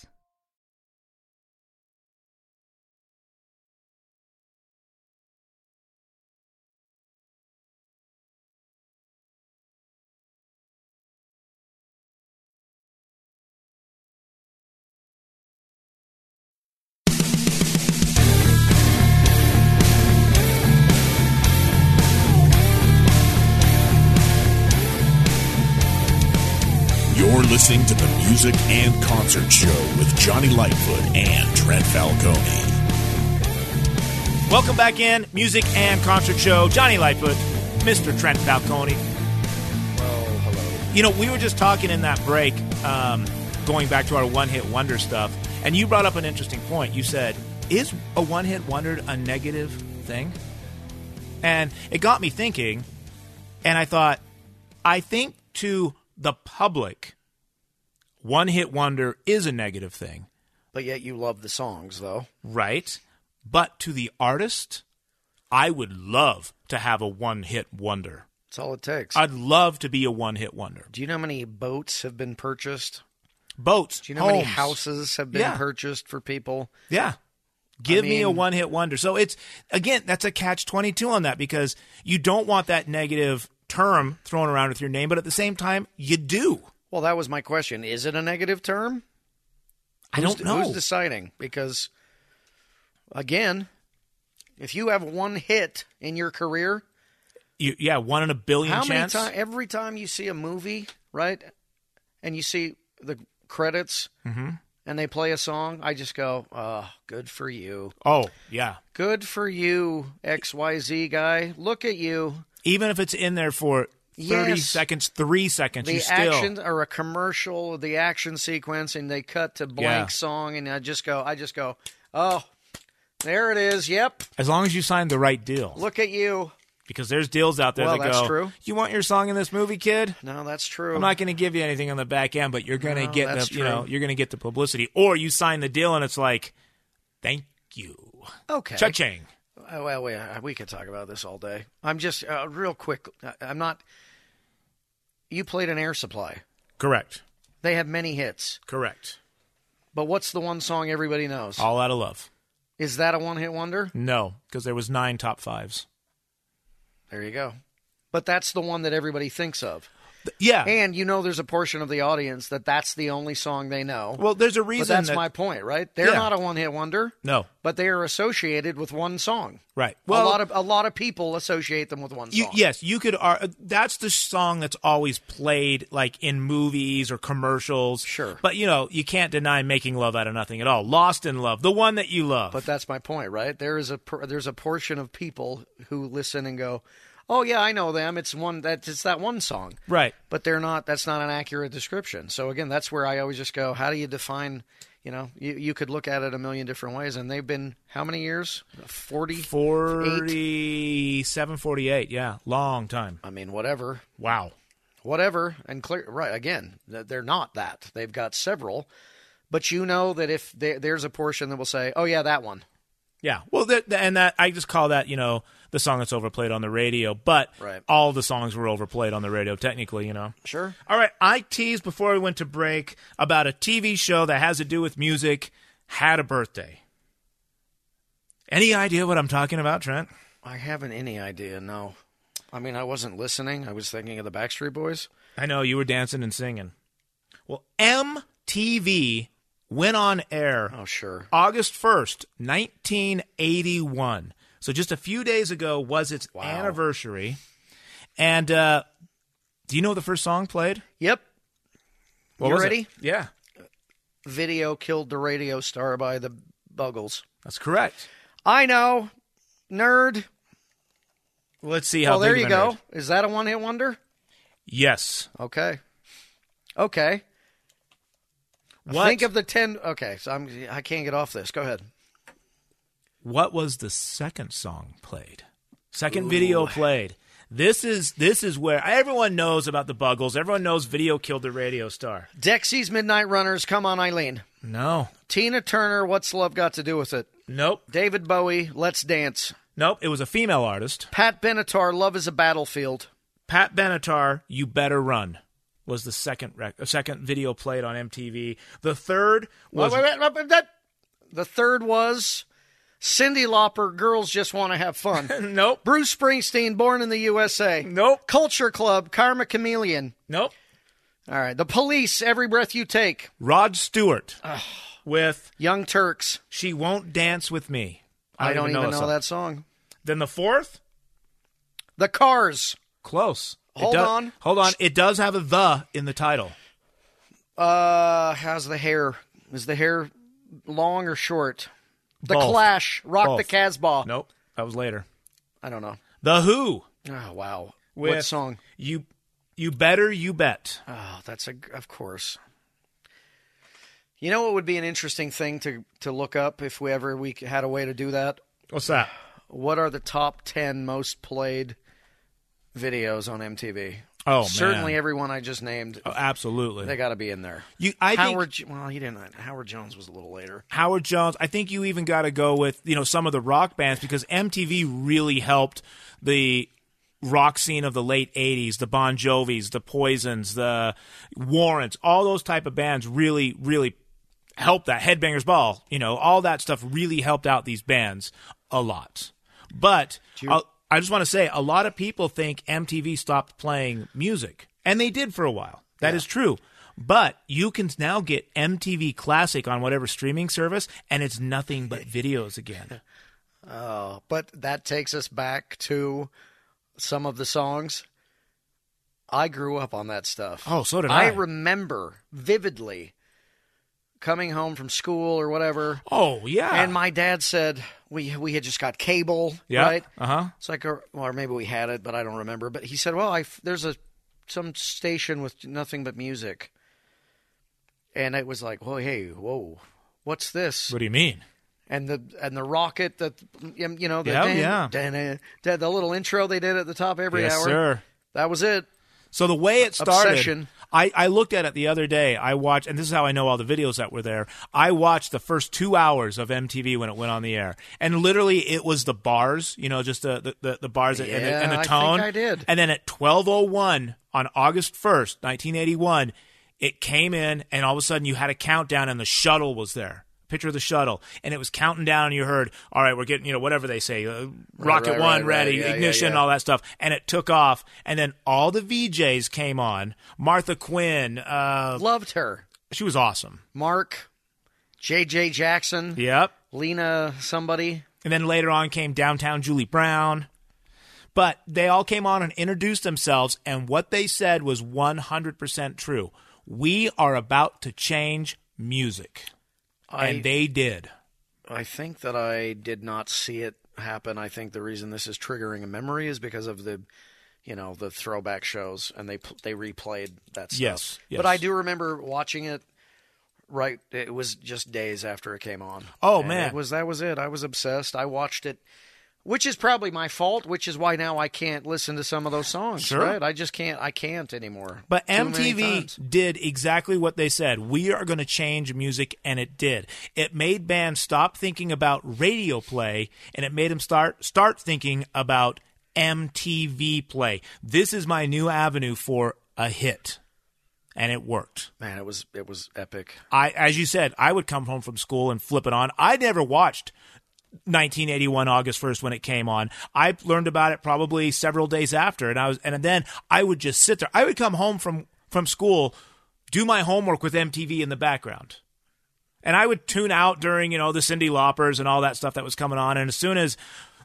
You're listening to the Music and Concert Show with Johnny Lightfoot and Trent Falcone.
Welcome back in, Music and Concert Show. Johnny Lightfoot, Mr. Trent Falcone. You know, we were just talking in that break, um, going back to our one hit wonder stuff, and you brought up an interesting point. You said, Is a one hit wonder a negative thing? And it got me thinking, and I thought, I think to the public, one hit wonder is a negative thing,
But yet you love the songs, though.
right? But to the artist, I would love to have a one hit wonder.
That's all it takes.
I'd love to be a one hit wonder.
Do you know how many boats have been purchased?
Boats.
Do you know how many
homes.
houses have been
Yeah.
purchased for people?
Yeah. Give me a
mean-
one hit wonder. So it's, again, that's a catch 22 on that because you don't want that negative term thrown around with your name, but at the same time, you do.
Well, that was my question. Is it a negative term?
I
Who's-
don't know.
Who's deciding? Because, again, if you have one hit in your career,
You- yeah, one in a billion
how
chance.
many times? Every time you see a movie, right, and you see the credits
Mm-hmm.
and they play a song, I just go, oh, good for you.
Oh, yeah.
Good for you, XYZ guy. Look at you.
Even if it's in there for 30
Yes.
seconds, three seconds,
the
you still.
action or a commercial, the action sequence, and they cut to blank
Yeah.
song, and I just go, I just go, oh, there it is. Yep,
As long as you sign the right deal,
look at you.
because there's deals out there
Well,
that go.
that's true.
You want your song in this movie, kid?
No, that's true.
I'm not going to give you anything on the back end, but you're going to
No,
get the
that's
you know
true.
you're going to get the publicity, or you sign the deal and it's like, thank you,
okay.
cha-ching.
Oh, well, we, uh, we could talk about this all day. I'm just uh, real quick. I- I'm not. You played an Air Supply.
Correct,
They have many hits,
correct.
but what's the one song everybody knows?
All out of love.
Is that a one-hit wonder?
No, because there was nine top fives.
There you go. But that's the one that everybody thinks of.
Th- Yeah.
And you know, there's a portion of the audience that that's the only song they know.
well, there's a
But
reason
that's
that-
my point, right? They're
Yeah.
not a one-hit wonder,
no.
but they are associated with one song.
Right. Well,
a lot of a lot of people associate them with one
You,
song.
yes, you could. Ar- that's the song that's always played, like in movies or commercials.
Sure.
but you know you can't deny "Making Love Out of Nothing" at all. "Lost in Love," the one that you love.
But that's my point, right? There is a per- there's a portion of people who listen and go, "Oh yeah, I know them. It's one that it's that one song."
right,
But they're not. That's not an accurate description. So again, that's where I always just go, "How do you define?" You know, you, you could look at it a million different ways, and they've been how many years? Forty. Eight?
forty-seven, forty-eight. Yeah, long time.
I mean, whatever.
Wow.
whatever and clear right again th- they're not that they've got several but you know that if they, there's a portion that will say oh yeah that one
Yeah. Well, th- th- and that I just call that you know the song that's overplayed on the radio, but
Right.
all the songs were overplayed on the radio technically, you know.
Sure.
All right. I teased before we went to break about a TV show that has to do with music. Had a birthday. Any idea what I'm talking about, Trent?
I haven't any idea. No, I mean I wasn't listening. I was thinking of the Backstreet Boys.
I know you were dancing and singing. Well, MTV went on air
Oh, sure.
August 1st, 1981. So just a few days ago was its
Wow.
anniversary. And uh, do you know the first song played?
Yep. You
was it?
ready?
Yeah,
Video killed the radio star by the Buggles.
that's correct.
I know, nerd.
Let's see how
Well, there
big
you
of a
go.
nerd-
Is that a one-hit wonder?
Yes.
Okay. Okay.
What,
Think of the ten. Okay, so I'm. I can't get off this. Go ahead.
what was the second song played? Second video played. This is this is where everyone knows about the Buggles. Everyone knows video killed the radio star.
Dexy's Midnight Runners. Come on, Eileen.
No.
Tina Turner. What's love got to do with it?
Nope.
David Bowie. Let's dance.
Nope. It was a female artist.
Pat Benatar. Love is a battlefield.
Pat Benatar, "You Better Run" was the second rec- uh, second video played on MTV. The third was
Wait, wait, wait, wait, that- the third was Cindy Lauper, Girls Just Want to Have (laughs) Fun.
nope,
Bruce Springsteen, Born in the USA.
Nope.
Culture Club, Karma Chameleon.
nope.
All right. The Police, Every Breath You Take.
Rod Stewart with
Young Turks.
"She Won't Dance with Me."
I don't, even,
that
know,
song.
that song.
Then the fourth,
The Cars.
close. It
Hold
does-
on.
hold on. It does have a "the" in the title.
Uh, how's the hair? Is the hair long or short? The
Both.
Clash, Rock the
Both.
Casbah.
Nope, that was later.
I don't know.
The Who
Oh wow.
with
what song?
You, you better, you bet.
Oh, that's a of course. You know what would be an interesting thing to to look up if we ever we had a way to do that?
What's that?
What are the top 10 most played videos on MTV?
Oh, man.
Certainly everyone I just named,
Oh, absolutely.
they got to be in there.
you, I think-
Howard Jo- well, he didn't Howard Jones was a little later.
Howard Jones. I think you even got to go with you know some of the rock bands because MTV really helped the rock scene of the late '80s. The Bon Jovi's, the Poisons, the Warrants, all those type of bands really, really helped that Headbangers Ball. You know, all that stuff really helped out these bands a lot. But I'll- I just want to say, a lot of people think MTV stopped playing music, and they did for a while. That is true. But you can now get MTV Classic on whatever streaming service, and it's nothing
(laughs)
but videos again.
Oh, but that takes us back to some of the songs. I grew up on that stuff.
Oh, so did I.
I remember vividly coming home from school or whatever.
Oh yeah,
And my dad said we we had just got cable,
yeah,
right?
uh huh.
It's like, or, well, or maybe we had it, but I don't remember. But he said, well, I f- there's a some station with nothing but music, and it was like, well, hey, whoa, what's this?
What do you mean?
And the and the rocket that um, you know, the
Yeah,
dan-
yeah.
dan- dan- the little intro they did at the top every
yes,
hour.
sir.
That was it.
So the way it started,
Obsession.
I, I looked at it the other day. I watched, and this is how I know all the videos that were there. I watched the first two hours of MTV when it went on the air, and literally it was the bars, you know, just the the, the, the bars and, the, and
Yeah, I
the
think
tone.
I did.
And then at twelve oh one on August first, nineteen eighty one, it came in, and all of a sudden you had a countdown, and the shuttle was there. Picture of the shuttle, and it was counting down. And you heard, "All right, we're getting, you know, whatever they say, uh, rocket
right,
one
right,
ready,
right. Yeah, yeah,
ignition,
yeah.
all that stuff, and it took off. And then all the VJs came on. Martha Quinn, uh,
Loved her,
she was awesome.
Mark, J.J. Jackson,
Yep.
Lena, somebody.
And then later on came Downtown Julie Brown. But they all came on and introduced themselves, and what they said was 100% true. We are about to change music.
I-
and they did.
I think that I did not see it happen. I think the reason this is triggering a memory is because of the, you know, the throwback shows and they pl- they replayed that stuff.
Yes, yes.
But I do remember watching it. Right, it was just days after it came on.
Oh,
And
man.
it was that was it. I was obsessed. I watched it. which is probably my fault, which is why now I can't listen to some of those songs.
Sure.
Right? I just can't. I can't anymore.
But
Too many times.
MTV did exactly what they said. We are going to change music, and it did. It made bands stop thinking about radio play, and it made them start start thinking about MTV play. This is my new avenue for a hit, and it worked.
man, it was it was epic.
I, as you said, I would come home from school and flip it on. I never watched 1981 August 1st when it came on. I learned about it probably several days after, and I was, and then I would just sit there. I would come home from from school, do my homework with MTV in the background, and I would tune out during you know the Cindy Loppers and all that stuff that was coming on. And as soon as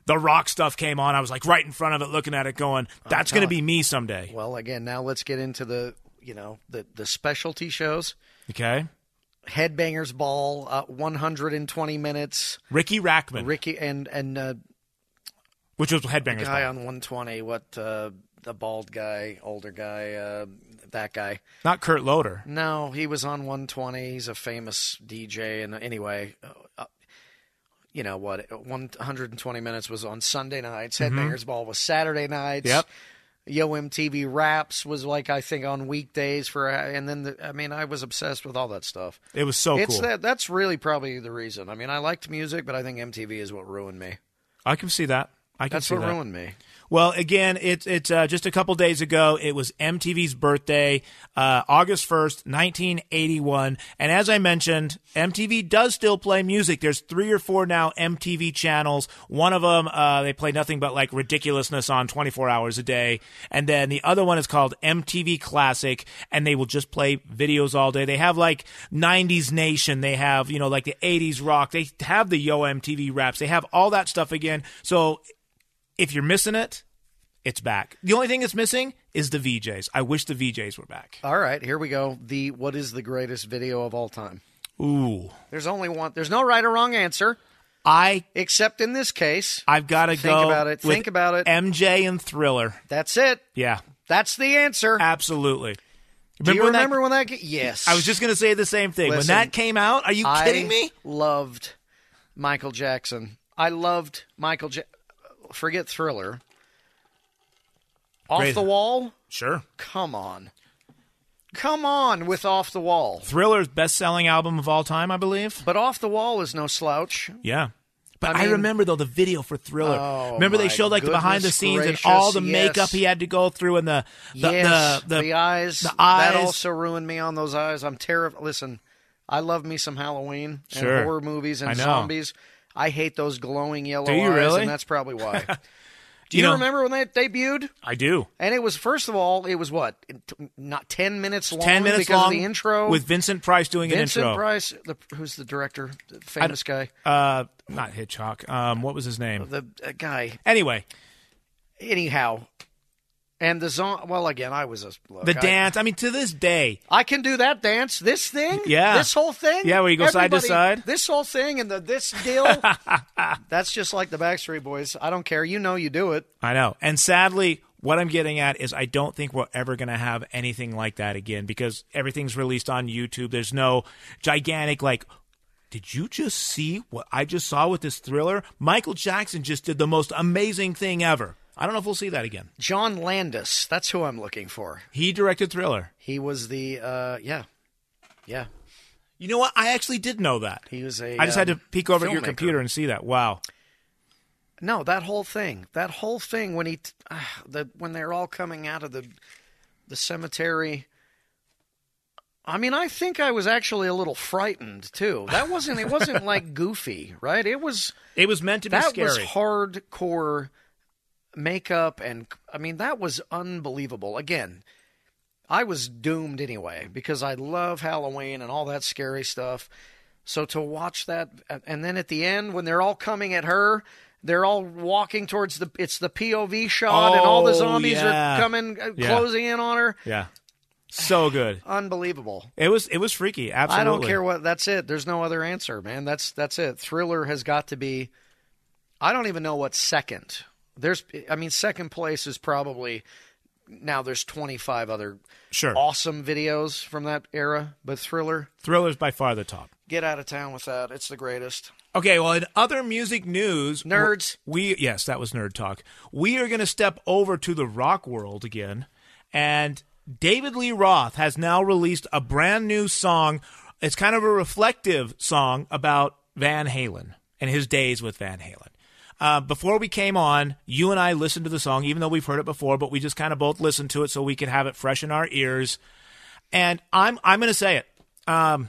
the rock stuff came on, I was like right in front of it, looking at it, going, "That's going to be me someday."
Well, again, now let's get into the you know the the specialty shows.
Okay,
Headbangers Ball, uh, 120 minutes.
Ricky Rackman,
Ricky and and uh,
which was Headbangers.
guy
Ball.
on 120. What uh, the bald guy, older guy, uh, that guy.
Not Kurt Loder.
No, he was on 120. He's a famous DJ. And anyway, uh, you know what? 120 minutes was on Sunday nights. Headbangers Ball was Saturday nights.
Mm-hmm. Yep.
Yo MTV Raps was like I think on weekdays for, uh, and then the, I mean I was obsessed with all that stuff.
It was so
it's
Oh, cool.
that that's really probably the reason. I mean I liked music, but I think MTV is what ruined me.
I can see that. I can
That's
see
what
that.
ruined me.
Well, again, it's it's uh, just a couple days ago. It was MTV's birthday, uh, August first, nineteen eighty one. And as I mentioned, MTV does still play music. There's three or four now MTV channels. One of them uh, they play nothing but like ridiculousness on twenty four hours a day, and then the other one is called MTV Classic, and they will just play videos all day. They have like nineties Nation. They have you know like the eighties rock. They have the Yo MTV raps. They have all that stuff again. So if you're missing it, it's back. The only thing it's missing is the VJs. I wish the VJs were back.
All right, here we go. The what is the greatest video of all time?
Ooh,
There's only one. There's no right or wrong answer,
I
except in this case.
I've got to go.
Think about it.
with
Think about it.
MJ and Thriller.
That's it.
Yeah,
That's the answer.
absolutely.
Do you
Uh, that-
remember when that? ca- Yes.
I was just going to say the same thing
Listen,
when that came out. Are you
I
kidding me?
Loved Michael Jackson. I loved Michael. Ja- Forget Thriller. Off
Great.
the wall.
Sure.
Come on. Come on with off the wall.
Thriller's best-selling album of all time, I believe.
But off the wall is no slouch.
Yeah. But
I
I,
mean-
remember though the video for Thriller.
Oh,
remember they
my
showed like the
goodness
behind the scenes
gracious,
and all the
yes.
makeup he had to go through and the the
yes,
the, the,
eyes.
the eyes.
That also ruined me on those eyes. I'm terrified. Listen, I love me some Halloween
Sure.
and horror movies and
I know.
zombies. I hate those glowing yellow
Do you
eyes,
really?
and that's
(laughs)
probably why. Do
You
you,
know-
remember when that debuted?
I do.
And it was first of all, it was what t- not ten minutes long.
Ten minutes
because
long
of the intro
with Vincent Price doing
Vincent
an intro.
Price, the, who's the director, the famous guy,
Uh, not Hitchcock. Um, what was his name?
the uh, guy.
Anyway,
Anyhow, and the song. Well, again, I was a look,
the
I-
dance. I mean, to this day,
I can do that dance. This thing?
Yeah.
This whole thing?
Yeah, where you go side to
Everybody-
side.
This whole thing and the this deal.
(laughs)
That's just like the Backstreet Boys. I don't care. You know you do it.
I know. And sadly, what I'm getting at is I don't think we're ever going to have anything like that again because everything's released on YouTube. There's no gigantic like. Did you just see what I just saw with this thriller? Michael Jackson just did the most amazing thing ever. I don't know if we'll see that again.
John Landis. That's who I'm looking for.
He directed Thriller.
He was the uh yeah. Yeah.
You know what? I actually did know that.
He was a
I just had to
um,
peek over at your
filmmaker.
computer and see that. Wow.
No, that whole thing. That whole thing when he t- uh, the when they're all coming out of the the cemetery. I mean, I think I was actually a little frightened too. That wasn't it wasn't like goofy, right? It was
It was meant to be
that
scary.
was hardcore makeup and i mean that was unbelievable again i was doomed anyway because i love halloween and all that scary stuff so to watch that and then at the end when they're all coming at her they're all walking towards the it's the pov shot and all the
Oh,
zombies
yeah.
are coming uh,
Yeah.
closing in on her
Yeah. So good.
unbelievable
It was it was freaky. Absolutely.
I don't care what. That's it. There's no other answer, man. That's that's it. Thriller has got to be. I don't even know what second. There's. I mean, second place is probably. Now there's 25 other
Sure.
awesome videos from that era, but Thriller,
Thriller's by far the top.
get out of town with that. It's the greatest.
Okay, well, in other music news,
Nerds.
we yes, that was nerd talk. We are going to step over to the rock world again, and David Lee Roth has now released a brand new song. It's kind of a reflective song about Van Halen and his days with Van Halen. Uh, before we came on, you and I listened to the song, even though we've heard it before, but we just kind of both listened to it so we could have it fresh in our ears. And I'm I'm going to say it. Um,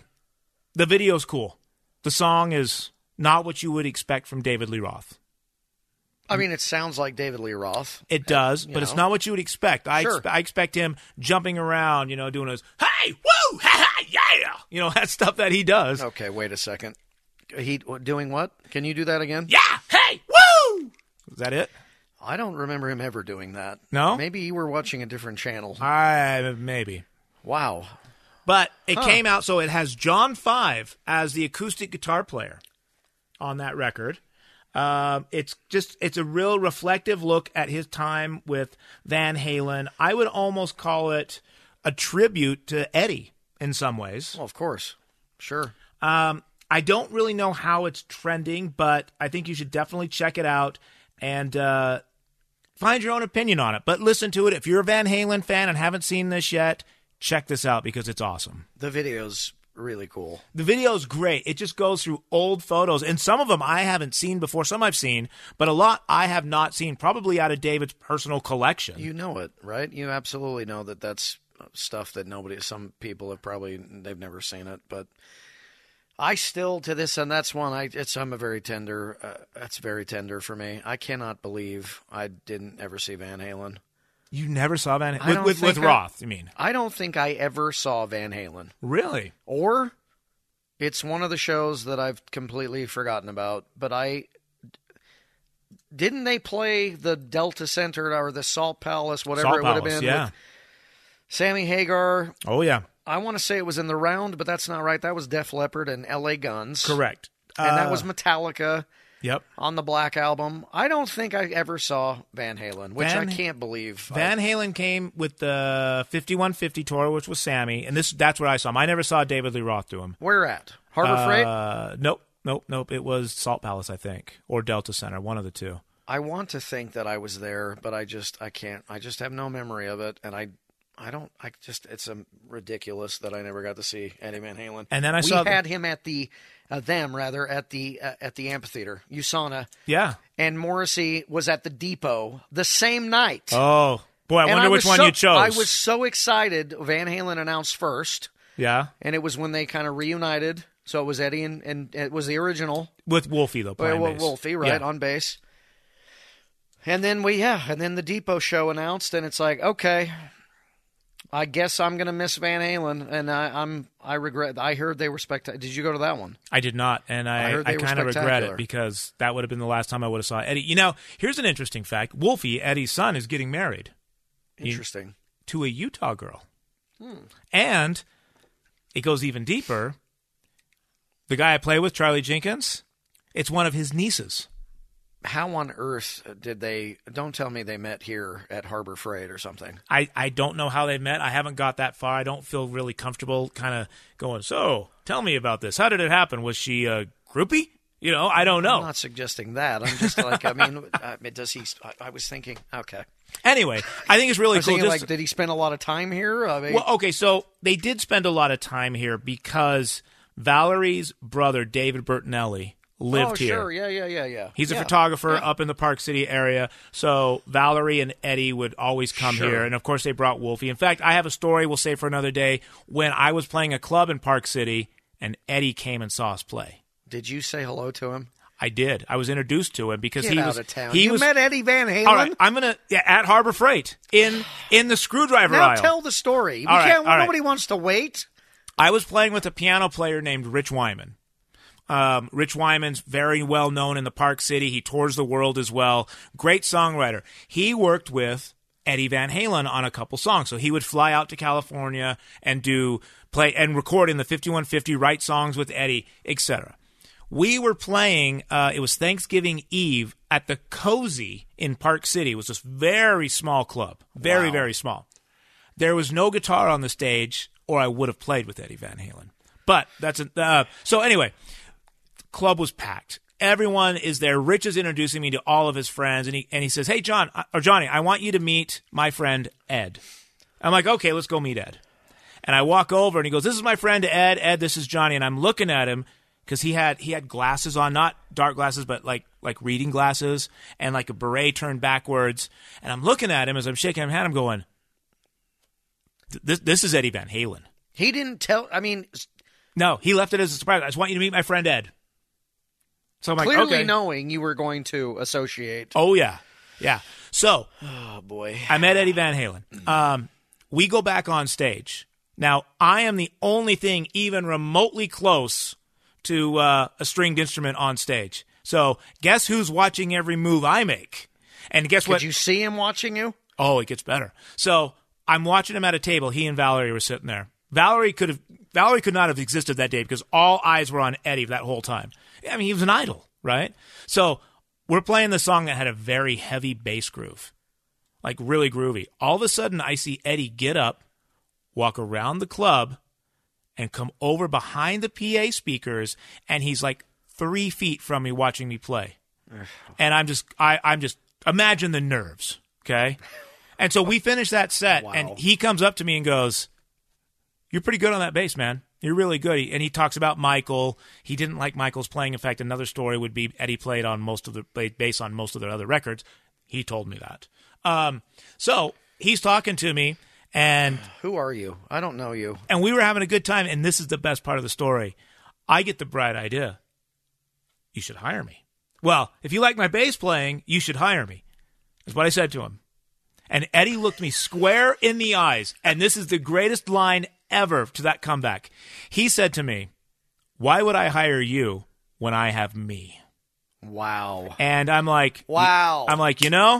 the video's cool. The song is not what you would expect from David Lee Roth.
I mean, it sounds like David Lee Roth.
It does, but it's
know.
not what you would expect. I,
Sure.
expe- I expect him jumping around, you know, doing his hey, woo, ha ha, yeah, you know (laughs) that stuff that he does.
Okay, wait a second. He doing what? Can you do that again?
Yeah, hey, woo. Is that it?
I don't remember him ever doing that.
No?
Maybe you were watching a different channel.
I maybe.
Wow.
But it came out, so it has John Five as the acoustic guitar player on that record. Um, it's just it's a real reflective look at his time with Van Halen. I would almost call it a tribute to Eddie in some ways.
Well, of course. Sure.
Um, I don't really know how it's trending, but I think you should definitely check it out and uh, find your own opinion on it. But listen to it if you're a Van Halen fan and haven't seen this yet. Check this out because it's awesome.
The video's really cool.
The video's great. It just goes through old photos, and some of them I haven't seen before. Some I've seen, but a lot I have not seen, probably out of David's personal collection.
You know it, right? You absolutely know that that's stuff that nobody, some people have probably, they've never seen it, but I still, to this, and that's one, I, it's, I'm a very tender, uh, that's very tender for me. I cannot believe I didn't ever see Van Halen.
You never saw Van
I
with
don't
with, with
think I-
Roth. You mean
I don't think I ever saw Van Halen.
really?
or it's one of the shows that I've completely forgotten about. But I didn't they play the Delta Center or the Salt Palace, whatever
Salt
it would have
Palace,
been.
yeah.
with Sammy Hagar.
Oh yeah,
I want to say it was in the round, but that's not right. That was Def Leppard and L.A. Guns,
correct.
And that
Uh,
was Metallica
yep.
on the Black Album. I don't think I ever saw Van Halen, which
Van-
I can't believe.
Van
I,
Halen came with the 5150 tour, which was Sammy, and this that's where I saw him. I never saw David Lee Roth do him.
where at Harbor Freight?
Uh, nope, nope, nope. It was Salt Palace, I think, or Delta Center, one of the two.
I want to think that I was there, but I just I can't. I just have no memory of it, and I I don't. I just it's um ridiculous that I never got to see Eddie Van Halen.
And then I
we
saw the-
had him at the uh, them rather at the uh, at the amphitheater, USANA,
Yeah.
and Morrissey was at the depot the same night.
Oh boy, I
And
wonder
was
which one
so-
you chose.
I was so excited. Van Halen announced first,
yeah.
and it was when they kind of reunited. So it was Eddie and, and it was the original.
With Wolfie though, playing
Well,
bass.
Wolfie, right
Yeah.
on base. And then we, yeah, and then the Depot show announced, and it's like, okay, I guess I'm gonna miss Van Halen, and I, I'm, I regret. I heard they were spectacular. Did you go to that one?
I did not, and
I
I, I,
heard they were
kind of regret
spectacular.
it because that would have been the last time I would have saw Eddie. You know, here's an interesting fact: Wolfie, Eddie's son, is getting married
Interesting.
to a Utah girl,
Hmm.
and it goes even deeper. The guy I play with, Charlie Jenkins, it's one of his nieces.
How on earth did they? Don't tell me they met here at Harbor Freight or something.
I, I don't know how they met. I haven't got that far. I don't feel really comfortable kind of going, so tell me about this. How did it happen? Was she a groupie? You know, I don't know.
I'm not suggesting that. I'm just like, I mean, (laughs) I, does he? I, I was thinking, okay.
Anyway, I think it's
I
really
was
cool.
thinking,
Just-
like, did he spend a lot of time here? I mean,
Well, okay, so they did spend a lot of time here because Valerie's brother, David Bertinelli, lived
oh,
here.
sure, yeah, yeah, yeah, yeah.
He's
Yeah.
a photographer up in the Park City area, so Valerie and Eddie would always come here, and of course they brought Wolfie. In fact, I have a story we'll save for another day when I was playing a club in Park City, and Eddie came and saw us play.
Did you say hello to him?
I did. I was introduced to him because
Get
he
out
was
of town.
he
you
was
met Eddie Van Halen.
all right. I'm gonna yeah, at Harbor Freight in in the screwdriver
now
aisle.
tell the story. We
All right,
can't,
all right.
nobody wants to wait.
I was playing with a piano player named Rich Wyman. Um, Rich Wyman's very well known in the Park City. He tours the world as well. Great songwriter. He worked with Eddie Van Halen on a couple songs. So he would fly out to California and do play and record in the 5150, write songs with Eddie, etc. We were playing. Uh, it was Thanksgiving Eve at the Cozy in Park City. It was this very small club, very very small. There was no guitar on the stage, or I would have played with Eddie Van Halen. But that's a, uh, so anyway. club was packed. Everyone is there. Rich is introducing me to all of his friends, and he and he says, "Hey, John I- or Johnny, I want you to meet my friend Ed." I'm like, "Okay, let's go meet Ed." And I walk over, and he goes, "This is my friend Ed. Ed, this is Johnny." And I'm looking at him because he had he had glasses on, not dark glasses, but like like reading glasses, and like a beret turned backwards. And I'm looking at him as I'm shaking him hand. I'm going, "Th- "This this is Eddie Van Halen."
He didn't tell. I mean, s-
No, he left it as a surprise. I just want you to meet my friend Ed. So I'm like,
clearly
Oh okay.
knowing you were going to associate.
Oh yeah, yeah. So
Oh boy.
I met Eddie Van Halen. Um, we go back on stage. Now I am the only thing even remotely close to uh, a stringed instrument on stage. So guess who's watching every move I make? And guess
Did
what?
you see him watching you?
Oh, it gets better. So I'm watching him at a table. He and Valerie were sitting there. Valerie could have Valerie could not have existed that day because all eyes were on Eddie that whole time. I mean, he was an idol, right? So we're playing the song that had a very heavy bass groove, like really groovy. All of a sudden, I see Eddie get up, walk around the club, and come over behind the PA speakers, and he's like three feet from me watching me play and I'm just I I'm just imagine the nerves, okay? And so we finish that set,
Wow.
and he comes up to me and goes, "You're pretty good on that bass, man. You're really good." And he talks about Michael. He didn't like Michael's playing. In fact, another story would be Eddie played on most of the played bass on most of their other records. He told me that. Um, so he's talking to me, and
Who are you? I don't know you.
and we were having a good time. And this is the best part of the story. I get the bright idea. You should hire me. Well, if you like my bass playing, you should hire me. That's what I said to him. And Eddie looked me square in the eyes. And this is the greatest line ever to that comeback. He said to me, Why would I hire you when I have me?
Wow.
And I'm like,
Wow.
I'm like, you know,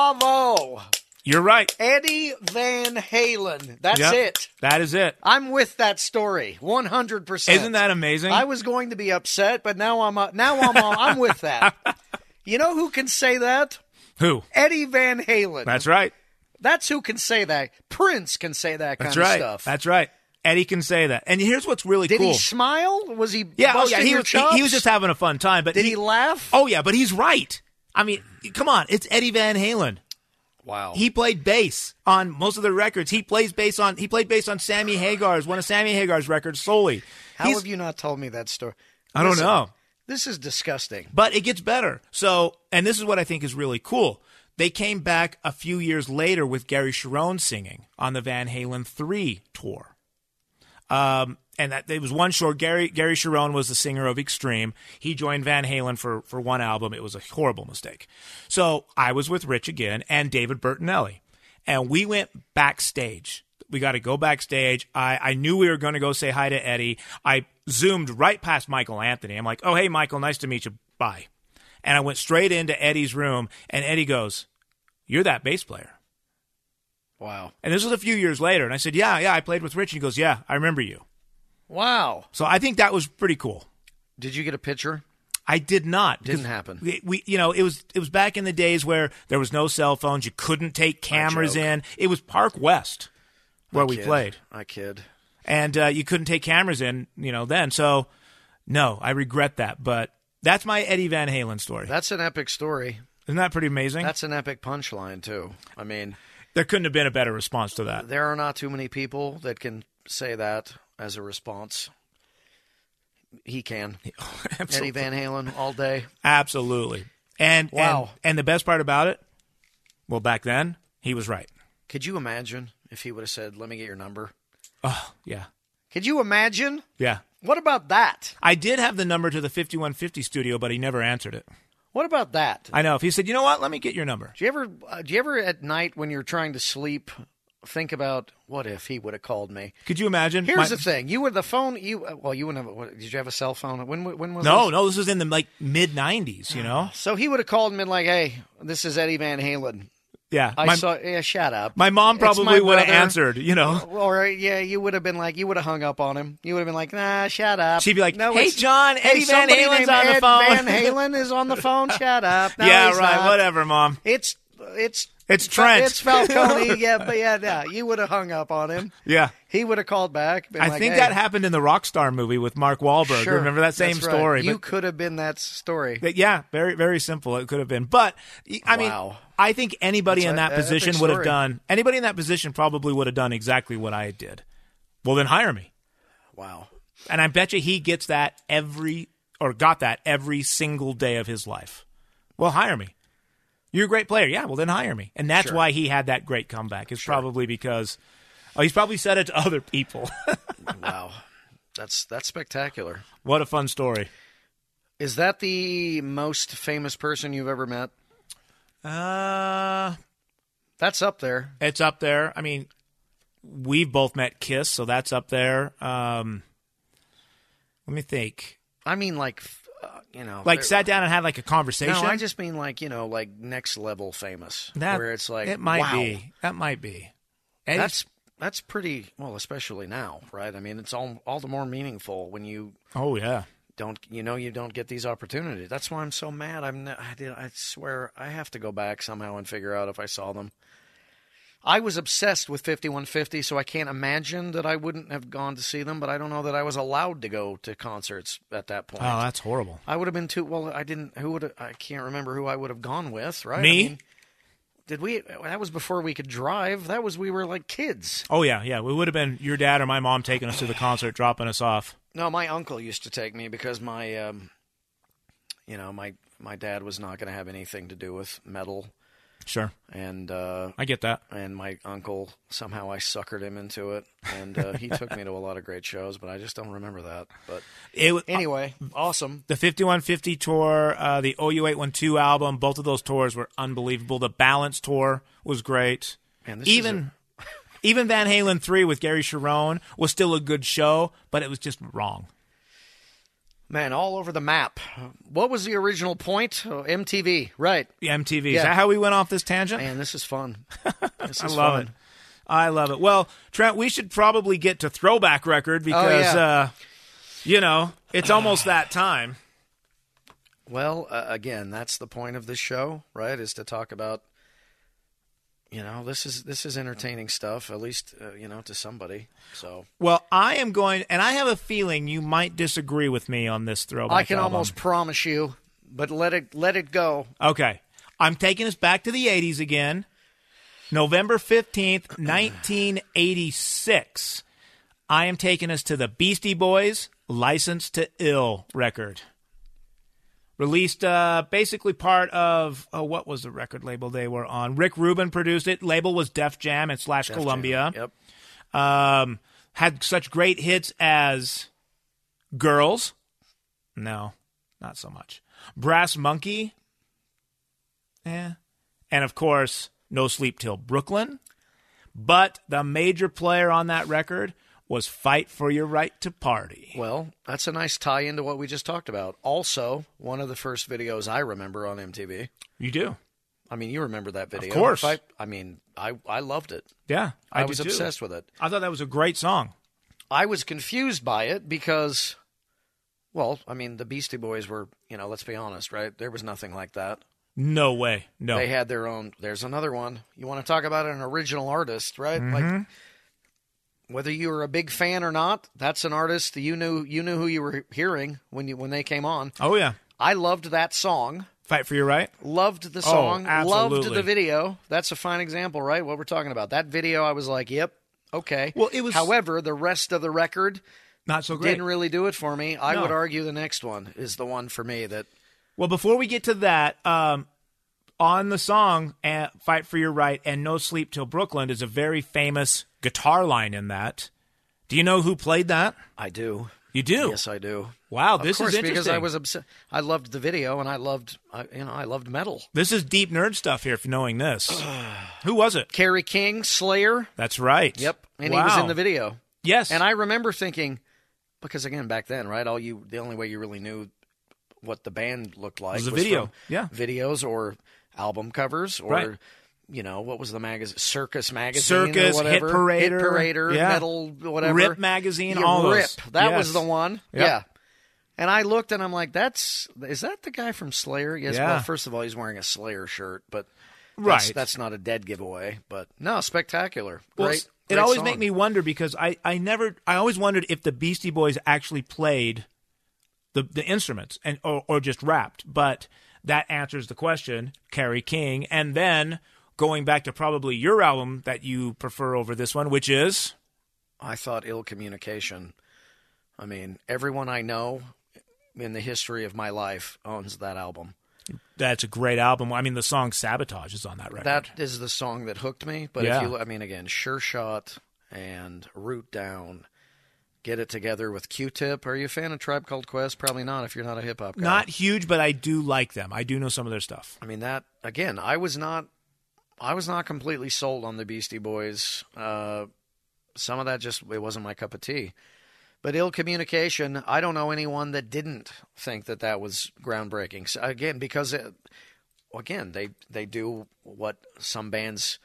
Bravo.
you're right.
Eddie Van Halen. That's
Yep.
it.
That is it.
I'm with that story 100%.
Isn't that amazing?
I was going to be upset, but now I'm uh, now I'm uh, I'm
(laughs)
with that. You know who can say that?
Who?
Eddie Van Halen.
That's right.
That's who can say that. Prince can say that kind
That's
of
right.
stuff.
That's right. Eddie can say that. And here's what's really
Did
cool.
he smile? Was he?
yeah, oh
busting
yeah, he
your
was he, he was
chops?
just having a fun time. But
Did he, laugh?
Oh yeah, but he's right. I mean, come on, it's Eddie Van Halen.
wow!
He played bass on most of the records. He plays bass on he played bass on Sammy Hagar's one of Sammy Hagar's records solely.
How
He's-
have you not told me that story?
I don't
Listen,
know.
This is disgusting.
But it gets better. So, and this is what I think is really cool. They came back a few years later with Gary Sharon singing on the Van Halen 3 tour. Um, and that it was one short. Gary Gary Sharon was the singer of Extreme. He joined Van Halen for for one album. It was a horrible mistake. So I was with Rich again and David Bertinelli, and we went backstage. We got to go backstage. I I knew we were going to go say hi to Eddie. I zoomed right past Michael Anthony. I'm like, oh hey Michael, nice to meet you. Bye. And I went straight into Eddie's room, and Eddie goes, "You're that bass player."
Wow!
And this was a few years later, and I said, "Yeah, yeah, I played with Rich." And he goes, "Yeah, I remember you."
Wow!
So I think that was pretty cool.
Did you get a picture?
I did not.
Didn't
because
happen.
We, we, you know, it was it was back in the days where there was no cell phones. You couldn't take cameras
joke.
in. It was Park West where
I
we
kid.
played,
I kid.
and uh, you couldn't take cameras in. You know, then so no, I regret that. But that's my Eddie Van Halen story.
That's an epic story.
Isn't that pretty amazing?
That's an epic punchline too. I mean,
there couldn't have been a better response to that.
there are not too many people that can say that as a response. He can.
(laughs)
Eddie Van Halen all day.
Absolutely. And
Wow.
and and the best part about it, well, back then he was right.
Could you imagine if he would have said, "Let me get your number"?
Oh yeah,
Could you imagine?
yeah.
What about that?
I did have the number to the 5150 studio, but he never answered it.
What about that?
I know. If he said, you know what, let me get your number.
Do you ever, uh, do you ever at night when you're trying to sleep, think about what if he would have called me?
Could you imagine?
Here's
My-
the thing: you were the phone. You uh, well, you wouldn't have. What, did you have a cell phone? When when was
No,
this?
no, this was in the like mid 90s, you
(sighs)
know?
So he would have called me like, "Hey, this is Eddie Van Halen.
Yeah.
I
my,
saw. Yeah, shut up."
my mom
It's my
probably would have
brother.
answered, you know?
Or uh, yeah, you would have been like, you would have hung up on him. You would have been like, "Nah, shut up."
She'd be like,
no,
"Hey,
it's-
John,
hey,
Eddie Van
somebody
Halen's
named
on the
Ed
phone." (laughs)
Van Halen is on the phone. Shut up. No,
yeah,
he's
right.
not.
Whatever, mom.
It's it's
It's Trent. (laughs)
It's Falcone. yeah, but yeah, yeah. You would have hung up on him.
Yeah.
He would have called back. been
I
like,
think
"Hey,
that happened in the Rockstar movie with Mark Wahlberg.
sure,
Remember that
that's
same
right.
story?
You
But-
could have been that story.
that- yeah, very very simple. It could have been, but y- I mean,
Wow.
I think anybody
That's
in
a-
that
a epic
position would have
story.
done. Anybody in that position probably would have done exactly what I did. Well, then hire me,
Wow.
and I bet you he gets that every or got that every single day of his life. Well, hire me. You're a great player. Yeah. Well, then hire me, and that's why he had that great comeback. Is probably because oh, he's probably said it to (laughs) other people.
Wow. That's that's spectacular.
what a fun story.
Is that the most famous person you've ever met?
Uh,
That's up there.
It's up there. I mean, we've both met Kiss, so that's up there. Um, let me think.
I mean, like, f- uh, you know,
Like
there-
sat down and had like a conversation.
No, I just mean like you know, like next level famous,
That-
where it's like
it might
wow,
be. That might be. And
That's that's pretty well, especially now, right? I mean, it's all all the more meaningful when you
oh yeah.
don't you know you don't get these opportunities. That's why I'm so mad. I'm ne- I did I swear I have to go back somehow and figure out if I saw them. I was obsessed with 5150, so I can't imagine that I wouldn't have gone to see them. But I don't know that I was allowed to go to concerts at that point.
Oh, that's horrible.
I would have been too. Well, I didn't. Who would? I can't remember who I would have gone with. Right? I
Me?
mean, did we? That was before we could drive. That was we were like kids.
Oh yeah, yeah. We would have been your dad or my mom taking us to the concert, dropping us off.
No, my uncle used to take me because my, um, you know, my my dad was not going to have anything to do with metal,
Sure,
and uh,
I get that.
and my uncle somehow I suckered him into it, and uh, he took me to a lot of great shows, but I just don't remember that. But
It was,
anyway, awesome.
The 5150 tour, uh, the OU812 album, both of those tours were unbelievable. The Balance tour was great.
Man, this is
even even Van Halen 3 with Gary Sharon was still a good show, but it was just wrong.
Man, all over the map. What was the original point? Oh, MTV, right?
The MTV. Is
Yeah.
that how we went off this tangent?
Man, this is
(laughs)
fun. This
I
is
love
fun.
it. I love it. Well, Trent, we should probably get to throwback record because
yeah.
uh, you know, it's almost that time.
Well, uh, again, that's the point of this show, right? Is to talk about, you know, this is this is entertaining stuff, at least uh, you know to somebody. So
Well, I am going and I have a feeling you might disagree with me on this throwback
I can
album.
almost promise you, but let it let it go.
Okay. I'm taking us back to the 80s again. November
(clears throat)
15th, 1986. I am taking us to the Beastie Boys License to Ill record. Released uh, basically part of oh, what was the record label they were on? Rick Rubin produced it. Label was Def Jam and slash Columbia.
Yep.
Um, had such great hits as Girls. No, not so much. Brass Monkey. Yeah. And of course, No Sleep Till Brooklyn. But the major player on that record was Fight for Your Right to Party.
Well, that's a nice tie into what we just talked about. Also, one of the first videos I remember on MTV.
You do?
I mean, you remember that video?
course.
I, I mean, I I loved it.
Yeah. I,
I,
do
was
too.
obsessed with it.
I thought that was a great song.
I was confused by it because, well, I mean, the Beastie Boys were, you know, let's be honest, right? There was nothing like that.
No way. No.
They had their own. There's another one. You want to talk about an original artist, right? Like
Mm-hmm.
whether you were a big fan or not, that's an artist that you knew you knew who you were hearing when you when they came on.
oh, yeah.
I loved that song.
Fight for Your Right?
Loved the song. loved
Oh, absolutely.
the video. That's a fine example, right? What we're talking about. That video, I was like, yep, okay.
Well, it was-
However, the rest of the record,
Not so great.
didn't really do it for me. I
No.
would argue the next one is the one for me that
Well, before we get to that, um, on the song uh, "Fight for Your Right" and "No Sleep Till Brooklyn" is a very famous guitar line in that. Do you know who played that?
I do.
You do.
Yes, I do.
Wow,
of
Oh, this
course,
is interesting.
because I was obs- I loved the video and I loved I, you know I loved metal.
This is deep nerd stuff here. For knowing this,
(sighs)
who was it?
Kerry King, Slayer.
That's right.
Yep, and
wow.
he was in the video.
Yes,
And I remember thinking, because again back then, right? All you the only way you really knew what the band looked like
Was
was
the video.
from
Yeah.
videos or album covers or.
Right.
You know what was the magazine? Circus magazine,
Circus,
or
Hit
whatever.
Parader,
Hit Parader,
yeah.
metal, whatever.
Rip magazine,
Yeah,
all
Rip.
those.
That
Yes.
was the one.
Yep.
Yeah. And I looked and I'm like, that's is that the guy from Slayer? Yes.
Yeah.
Well, first of all, he's wearing a Slayer shirt, but That's-
Right.
That's not a dead giveaway, but no, spectacular.
Well,
Great.
s-
great
it always
song.
made me wonder because I, I never I always wondered if the Beastie Boys actually played the the instruments and or, or just rapped. But that answers the question, Carrie King. And then going back to probably your album that you prefer over this one, which is
I thought ill communication. I mean, everyone I know in the history of my life owns that album.
that's a great album. I mean, the song "Sabotage" is on that record.
That is the song that hooked me. But
Yeah.
if you, I mean, again, Sure Shot and Root Down, get it together with Q-Tip. Are you a fan of Tribe Called Quest? Probably not. If you're not a hip hop guy,
Not huge, but I do like them. I do know some of their stuff.
I mean that again. I was not, I was not completely sold on the Beastie Boys. Uh, some of that just it wasn't my cup of tea. But ill communication. I don't know anyone that didn't think that that was groundbreaking. So again, because it, again they they do what some bands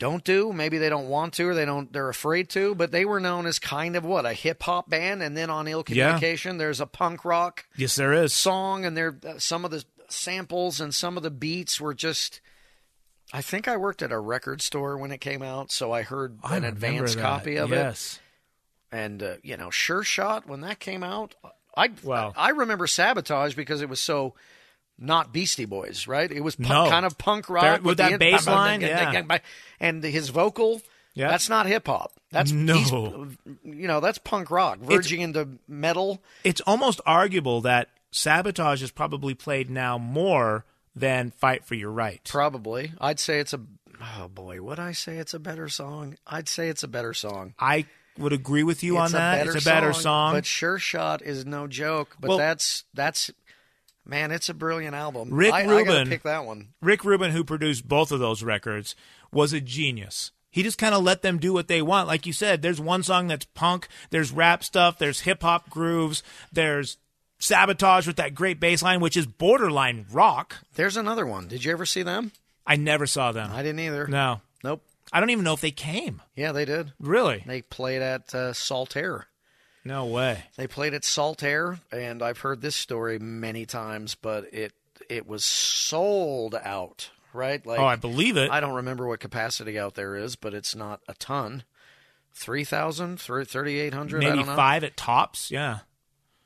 don't do. Maybe they don't want to, or they don't. They're afraid to. But they were known as kind of what a hip hop band, and then on ill
Yeah.
communication, there's a punk rock
Yes, there is.
song and their some of the samples and some of the beats were just I think I worked at a record store when it came out, so I heard
I
an
remember
advance
that.
copy of it.
yes.
And uh, you know, Sure Shot when that came out, I
Wow.
I remember Sabotage because it was so not Beastie Boys, right? It was punk,
No.
kind of punk rock
There- with that
the-
bass line, yeah.
and his vocal.
Yeah.
that's not hip hop. That's
No.
he's- you know, that's punk rock, verging into metal.
it's almost arguable that sabotage is probably played now more than fight for your right
Probably. I'd say it's a. Oh boy, would I say it's a better song? I'd say it's a better song.
i would agree with you on
It's
that it's a better song,
But Sure Shot is no joke. But
Well-
that's that's man, it's a brilliant album.
Rick
I, I gotta
Rubin-
pick that one.
rick rubin who produced both of those records was a genius he just kind of let them do what they want like you said there's one song that's punk there's rap stuff there's hip-hop grooves there's sabotage with that great bass line which is borderline rock
There's another one. Did you ever see them?
i never saw them
I didn't either.
no
Nope.
i don't even know if they came
Yeah, they did.
really
They played at uh, Saltaire.
no way
They played at Saltaire, and I've heard this story many times, but it it was sold out. Right? Like
oh i believe it
I don't remember what capacity out there is, but it's not a ton. 3,000, thir- 3,800, I
maybe
don't know.
five at tops yeah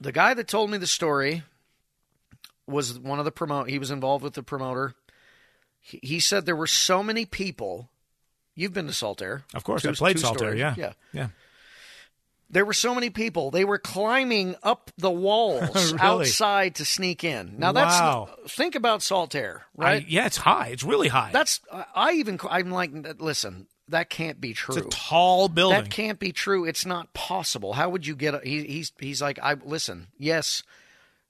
The guy that told me the story was one of the promote. He was involved with the promoter. He, he said there were so many people. You've been to Saltaire,
Of course,
Two-
I played
two
Solitaire.
stories.
Yeah,
yeah.
yeah.
There were so many people. They were climbing up the
(laughs)
walls
Really?
outside to sneak in. Now that's
Wow.
think about Saltaire,
Right?
right?
yeah, it's high. It's really high.
that's I, I even I'm like, listen, that can't be true.
it's a tall building.
That can't be true. It's not possible. How would you get? A, he, he's he's like I listen. Yes,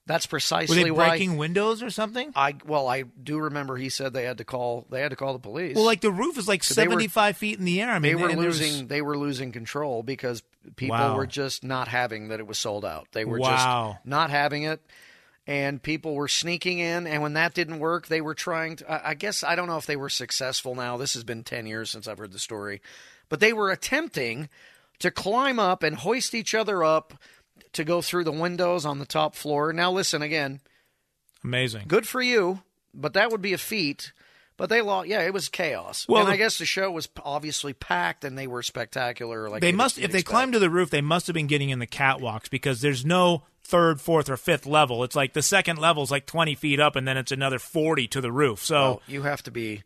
that's
Were
precisely
they
why.
breaking windows or something?
I well, I do remember he said they had to call. They had to call the police.
Well, like the roof is like
So they were-
seventy-five feet in the air. I
they
mean,
were
and there's-
losing. They were losing control because people
Wow.
were just not having that. It was sold out. They were
Wow.
just not having it. And people were sneaking in, and when that didn't work, they were trying to. I I guess I don't know if they were successful now. This has been 10 years since I've heard the story. But they were attempting to climb up and hoist each other up to go through the windows on the top floor. Now, listen again,
amazing.
good for you, but that would be a feat. But they lost. Yeah, it was chaos.
Well,
and I
the-
guess the show was p- obviously packed, and they were spectacular. Like
They
you'd-
must,
you'd
if they
expect.
climbed to the roof, they must have been getting in the catwalks because there's no third, fourth, or fifth level. It's like the second level is like twenty feet up, and then it's another forty to the roof. So
Well, you have to be,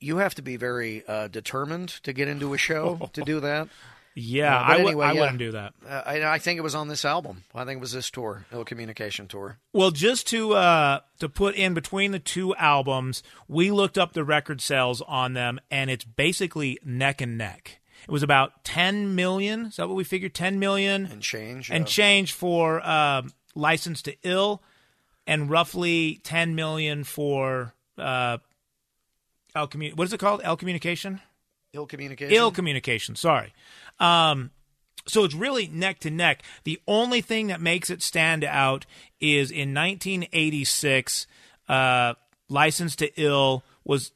you have to be very uh, determined to get into a show to do
(laughs)
that.
yeah, I
Uh, but
I, w-
anyway,
I
yeah.
wouldn't do that.
Uh, and I think it was on this album. I think it was this tour, Ill Communication tour.
Well, just to uh, to put in between the two albums, we looked up the record sales on them, and it's basically neck and neck. It was about ten million. Is that what we figured? Ten million
And change uh,
and
yeah.
change for um License to Ill, and roughly ten million for uh, El Commun- What is it called? El Communication.
Ill Communication.
Ill communication. Sorry. Um, so it's really neck to neck. The only thing that makes it stand out is in 1986, uh, "License to Ill" was.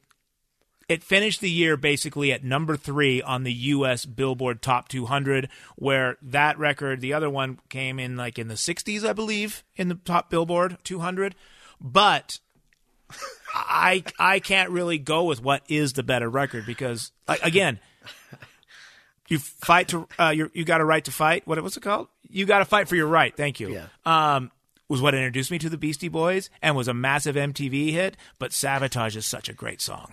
It finished the year basically at number three on the U.S. Billboard Top 200, where that record, the other one, came in like in the 60s, I believe, in the top Billboard 200. But (laughs) I I can't really go with what is the better record because like, again, you fight to uh, you you got a right to fight. What was it called? You got to fight for your right. Thank you.
Yeah.
Um, was what introduced me to the Beastie Boys and was a massive MTV hit. But Sabotage is such a great song.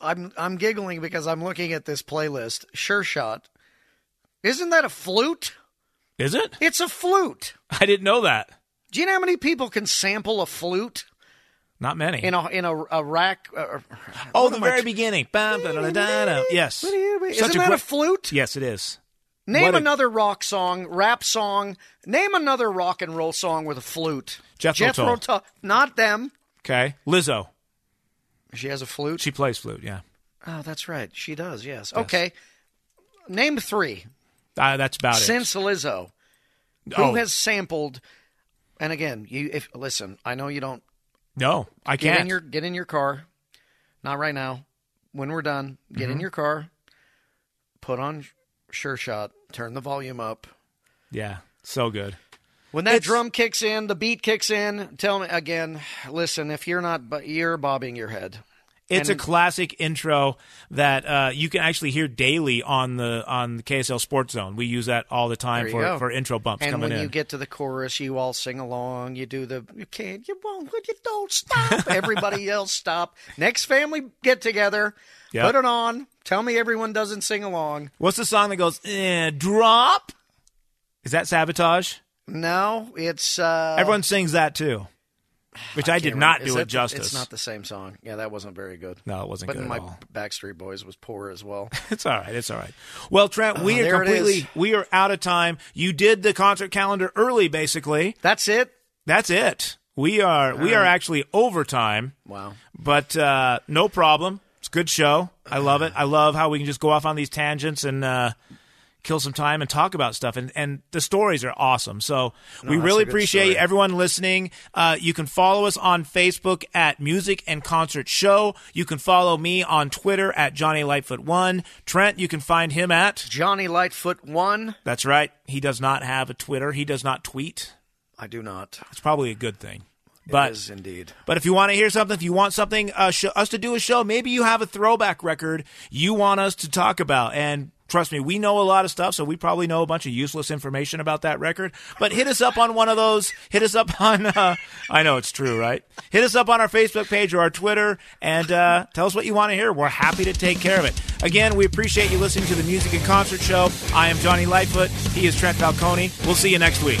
I'm I'm giggling because I'm looking at this playlist. Sure shot. Isn't that a flute?
Is it? (laughs)
It's a flute.
I didn't know that.
Do you know how many people can sample a flute
Not many.
in a in a, a rack? Uh,
oh,
what
the
am I-
very beginning. Bam, da, da, da, da, da. Yes.
Isn't
Such
that
gre-
a flute?
Yes, it is.
Name
What a-
another rock song, rap song. Name another rock and roll song with a flute.
Jethro Tull.
Tull. Not them.
Okay. Lizzo.
She has a flute.
She plays flute. Yeah.
oh, that's right. She does. Yes. Okay. Name three
Uh, that's about
since Lizzo.
it.
Who
Oh,
has sampled? And again, you if listen, I know you don't
no, I
get
can't.
in your get in your car. Not right now. When we're done, get
Mm-hmm.
in your car. Put on Sure Shot. Turn the volume up.
yeah. So good.
When that
It's-
drum kicks in, the beat kicks in. Tell me again. Listen, if you're not, but you're bobbing your head.
It's
And-
a classic intro that uh, you can actually hear daily on the on the KSL Sports Zone. We use that all the
There
time
you
for,
go.
for intro bumps
and
coming
when
in.
you get to the chorus, you all sing along. You do the you can't, you won't, you don't
(laughs)
stop. Everybody yells stop. Next family get together.
Yep.
Put it on. Tell me everyone doesn't sing along.
What's the song that goes eh, drop? Is that sabotage?
No, it's uh,
Everyone sings that too, which I, did
can't
not
remember. Is
do
that
it
the-
justice.
It's not the same song. Yeah, that wasn't very good.
No, it wasn't
But
good at
my
all.
Backstreet Boys was poor as well.
(laughs)
(laughs)
It's all right. It's all right. Well, Trent, we
Oh,
are
there it is.
completely we are out of time. You did the concert calendar early, basically.
That's it.
That's it. We are we
Uh,
are actually over time,
Wow.
but uh, no problem. It's a good show. I love it. I love how we can just go off on these tangents and uh, kill some time and talk about stuff. And and the stories are awesome. So we
that's
really
a good
appreciate
story.
everyone listening. Uh, you can follow us on Facebook at Music and Concert Show. You can follow me on Twitter at Johnny Lightfoot One. Trent, you can find him at.
Johnny Lightfoot one.
That's right. He does not have a Twitter. He does not tweet.
I do not.
It's probably a good thing. But
it is indeed.
But if you want to hear something, if you want something uh, sh- us to do a show, maybe you have a throwback record you want us to talk about. And trust me, we know a lot of stuff, so we probably know a bunch of useless information about that record. But hit us up on one of those. Hit us up (laughs) on. Uh, I know it's true, right? Hit us up on our Facebook page or our Twitter, and uh, tell us what you want to hear. We're happy to take care of it. Again, we appreciate you listening to the Music and Concert Show. I am Johnny Lightfoot. He is Trent Falcone. We'll see you next week.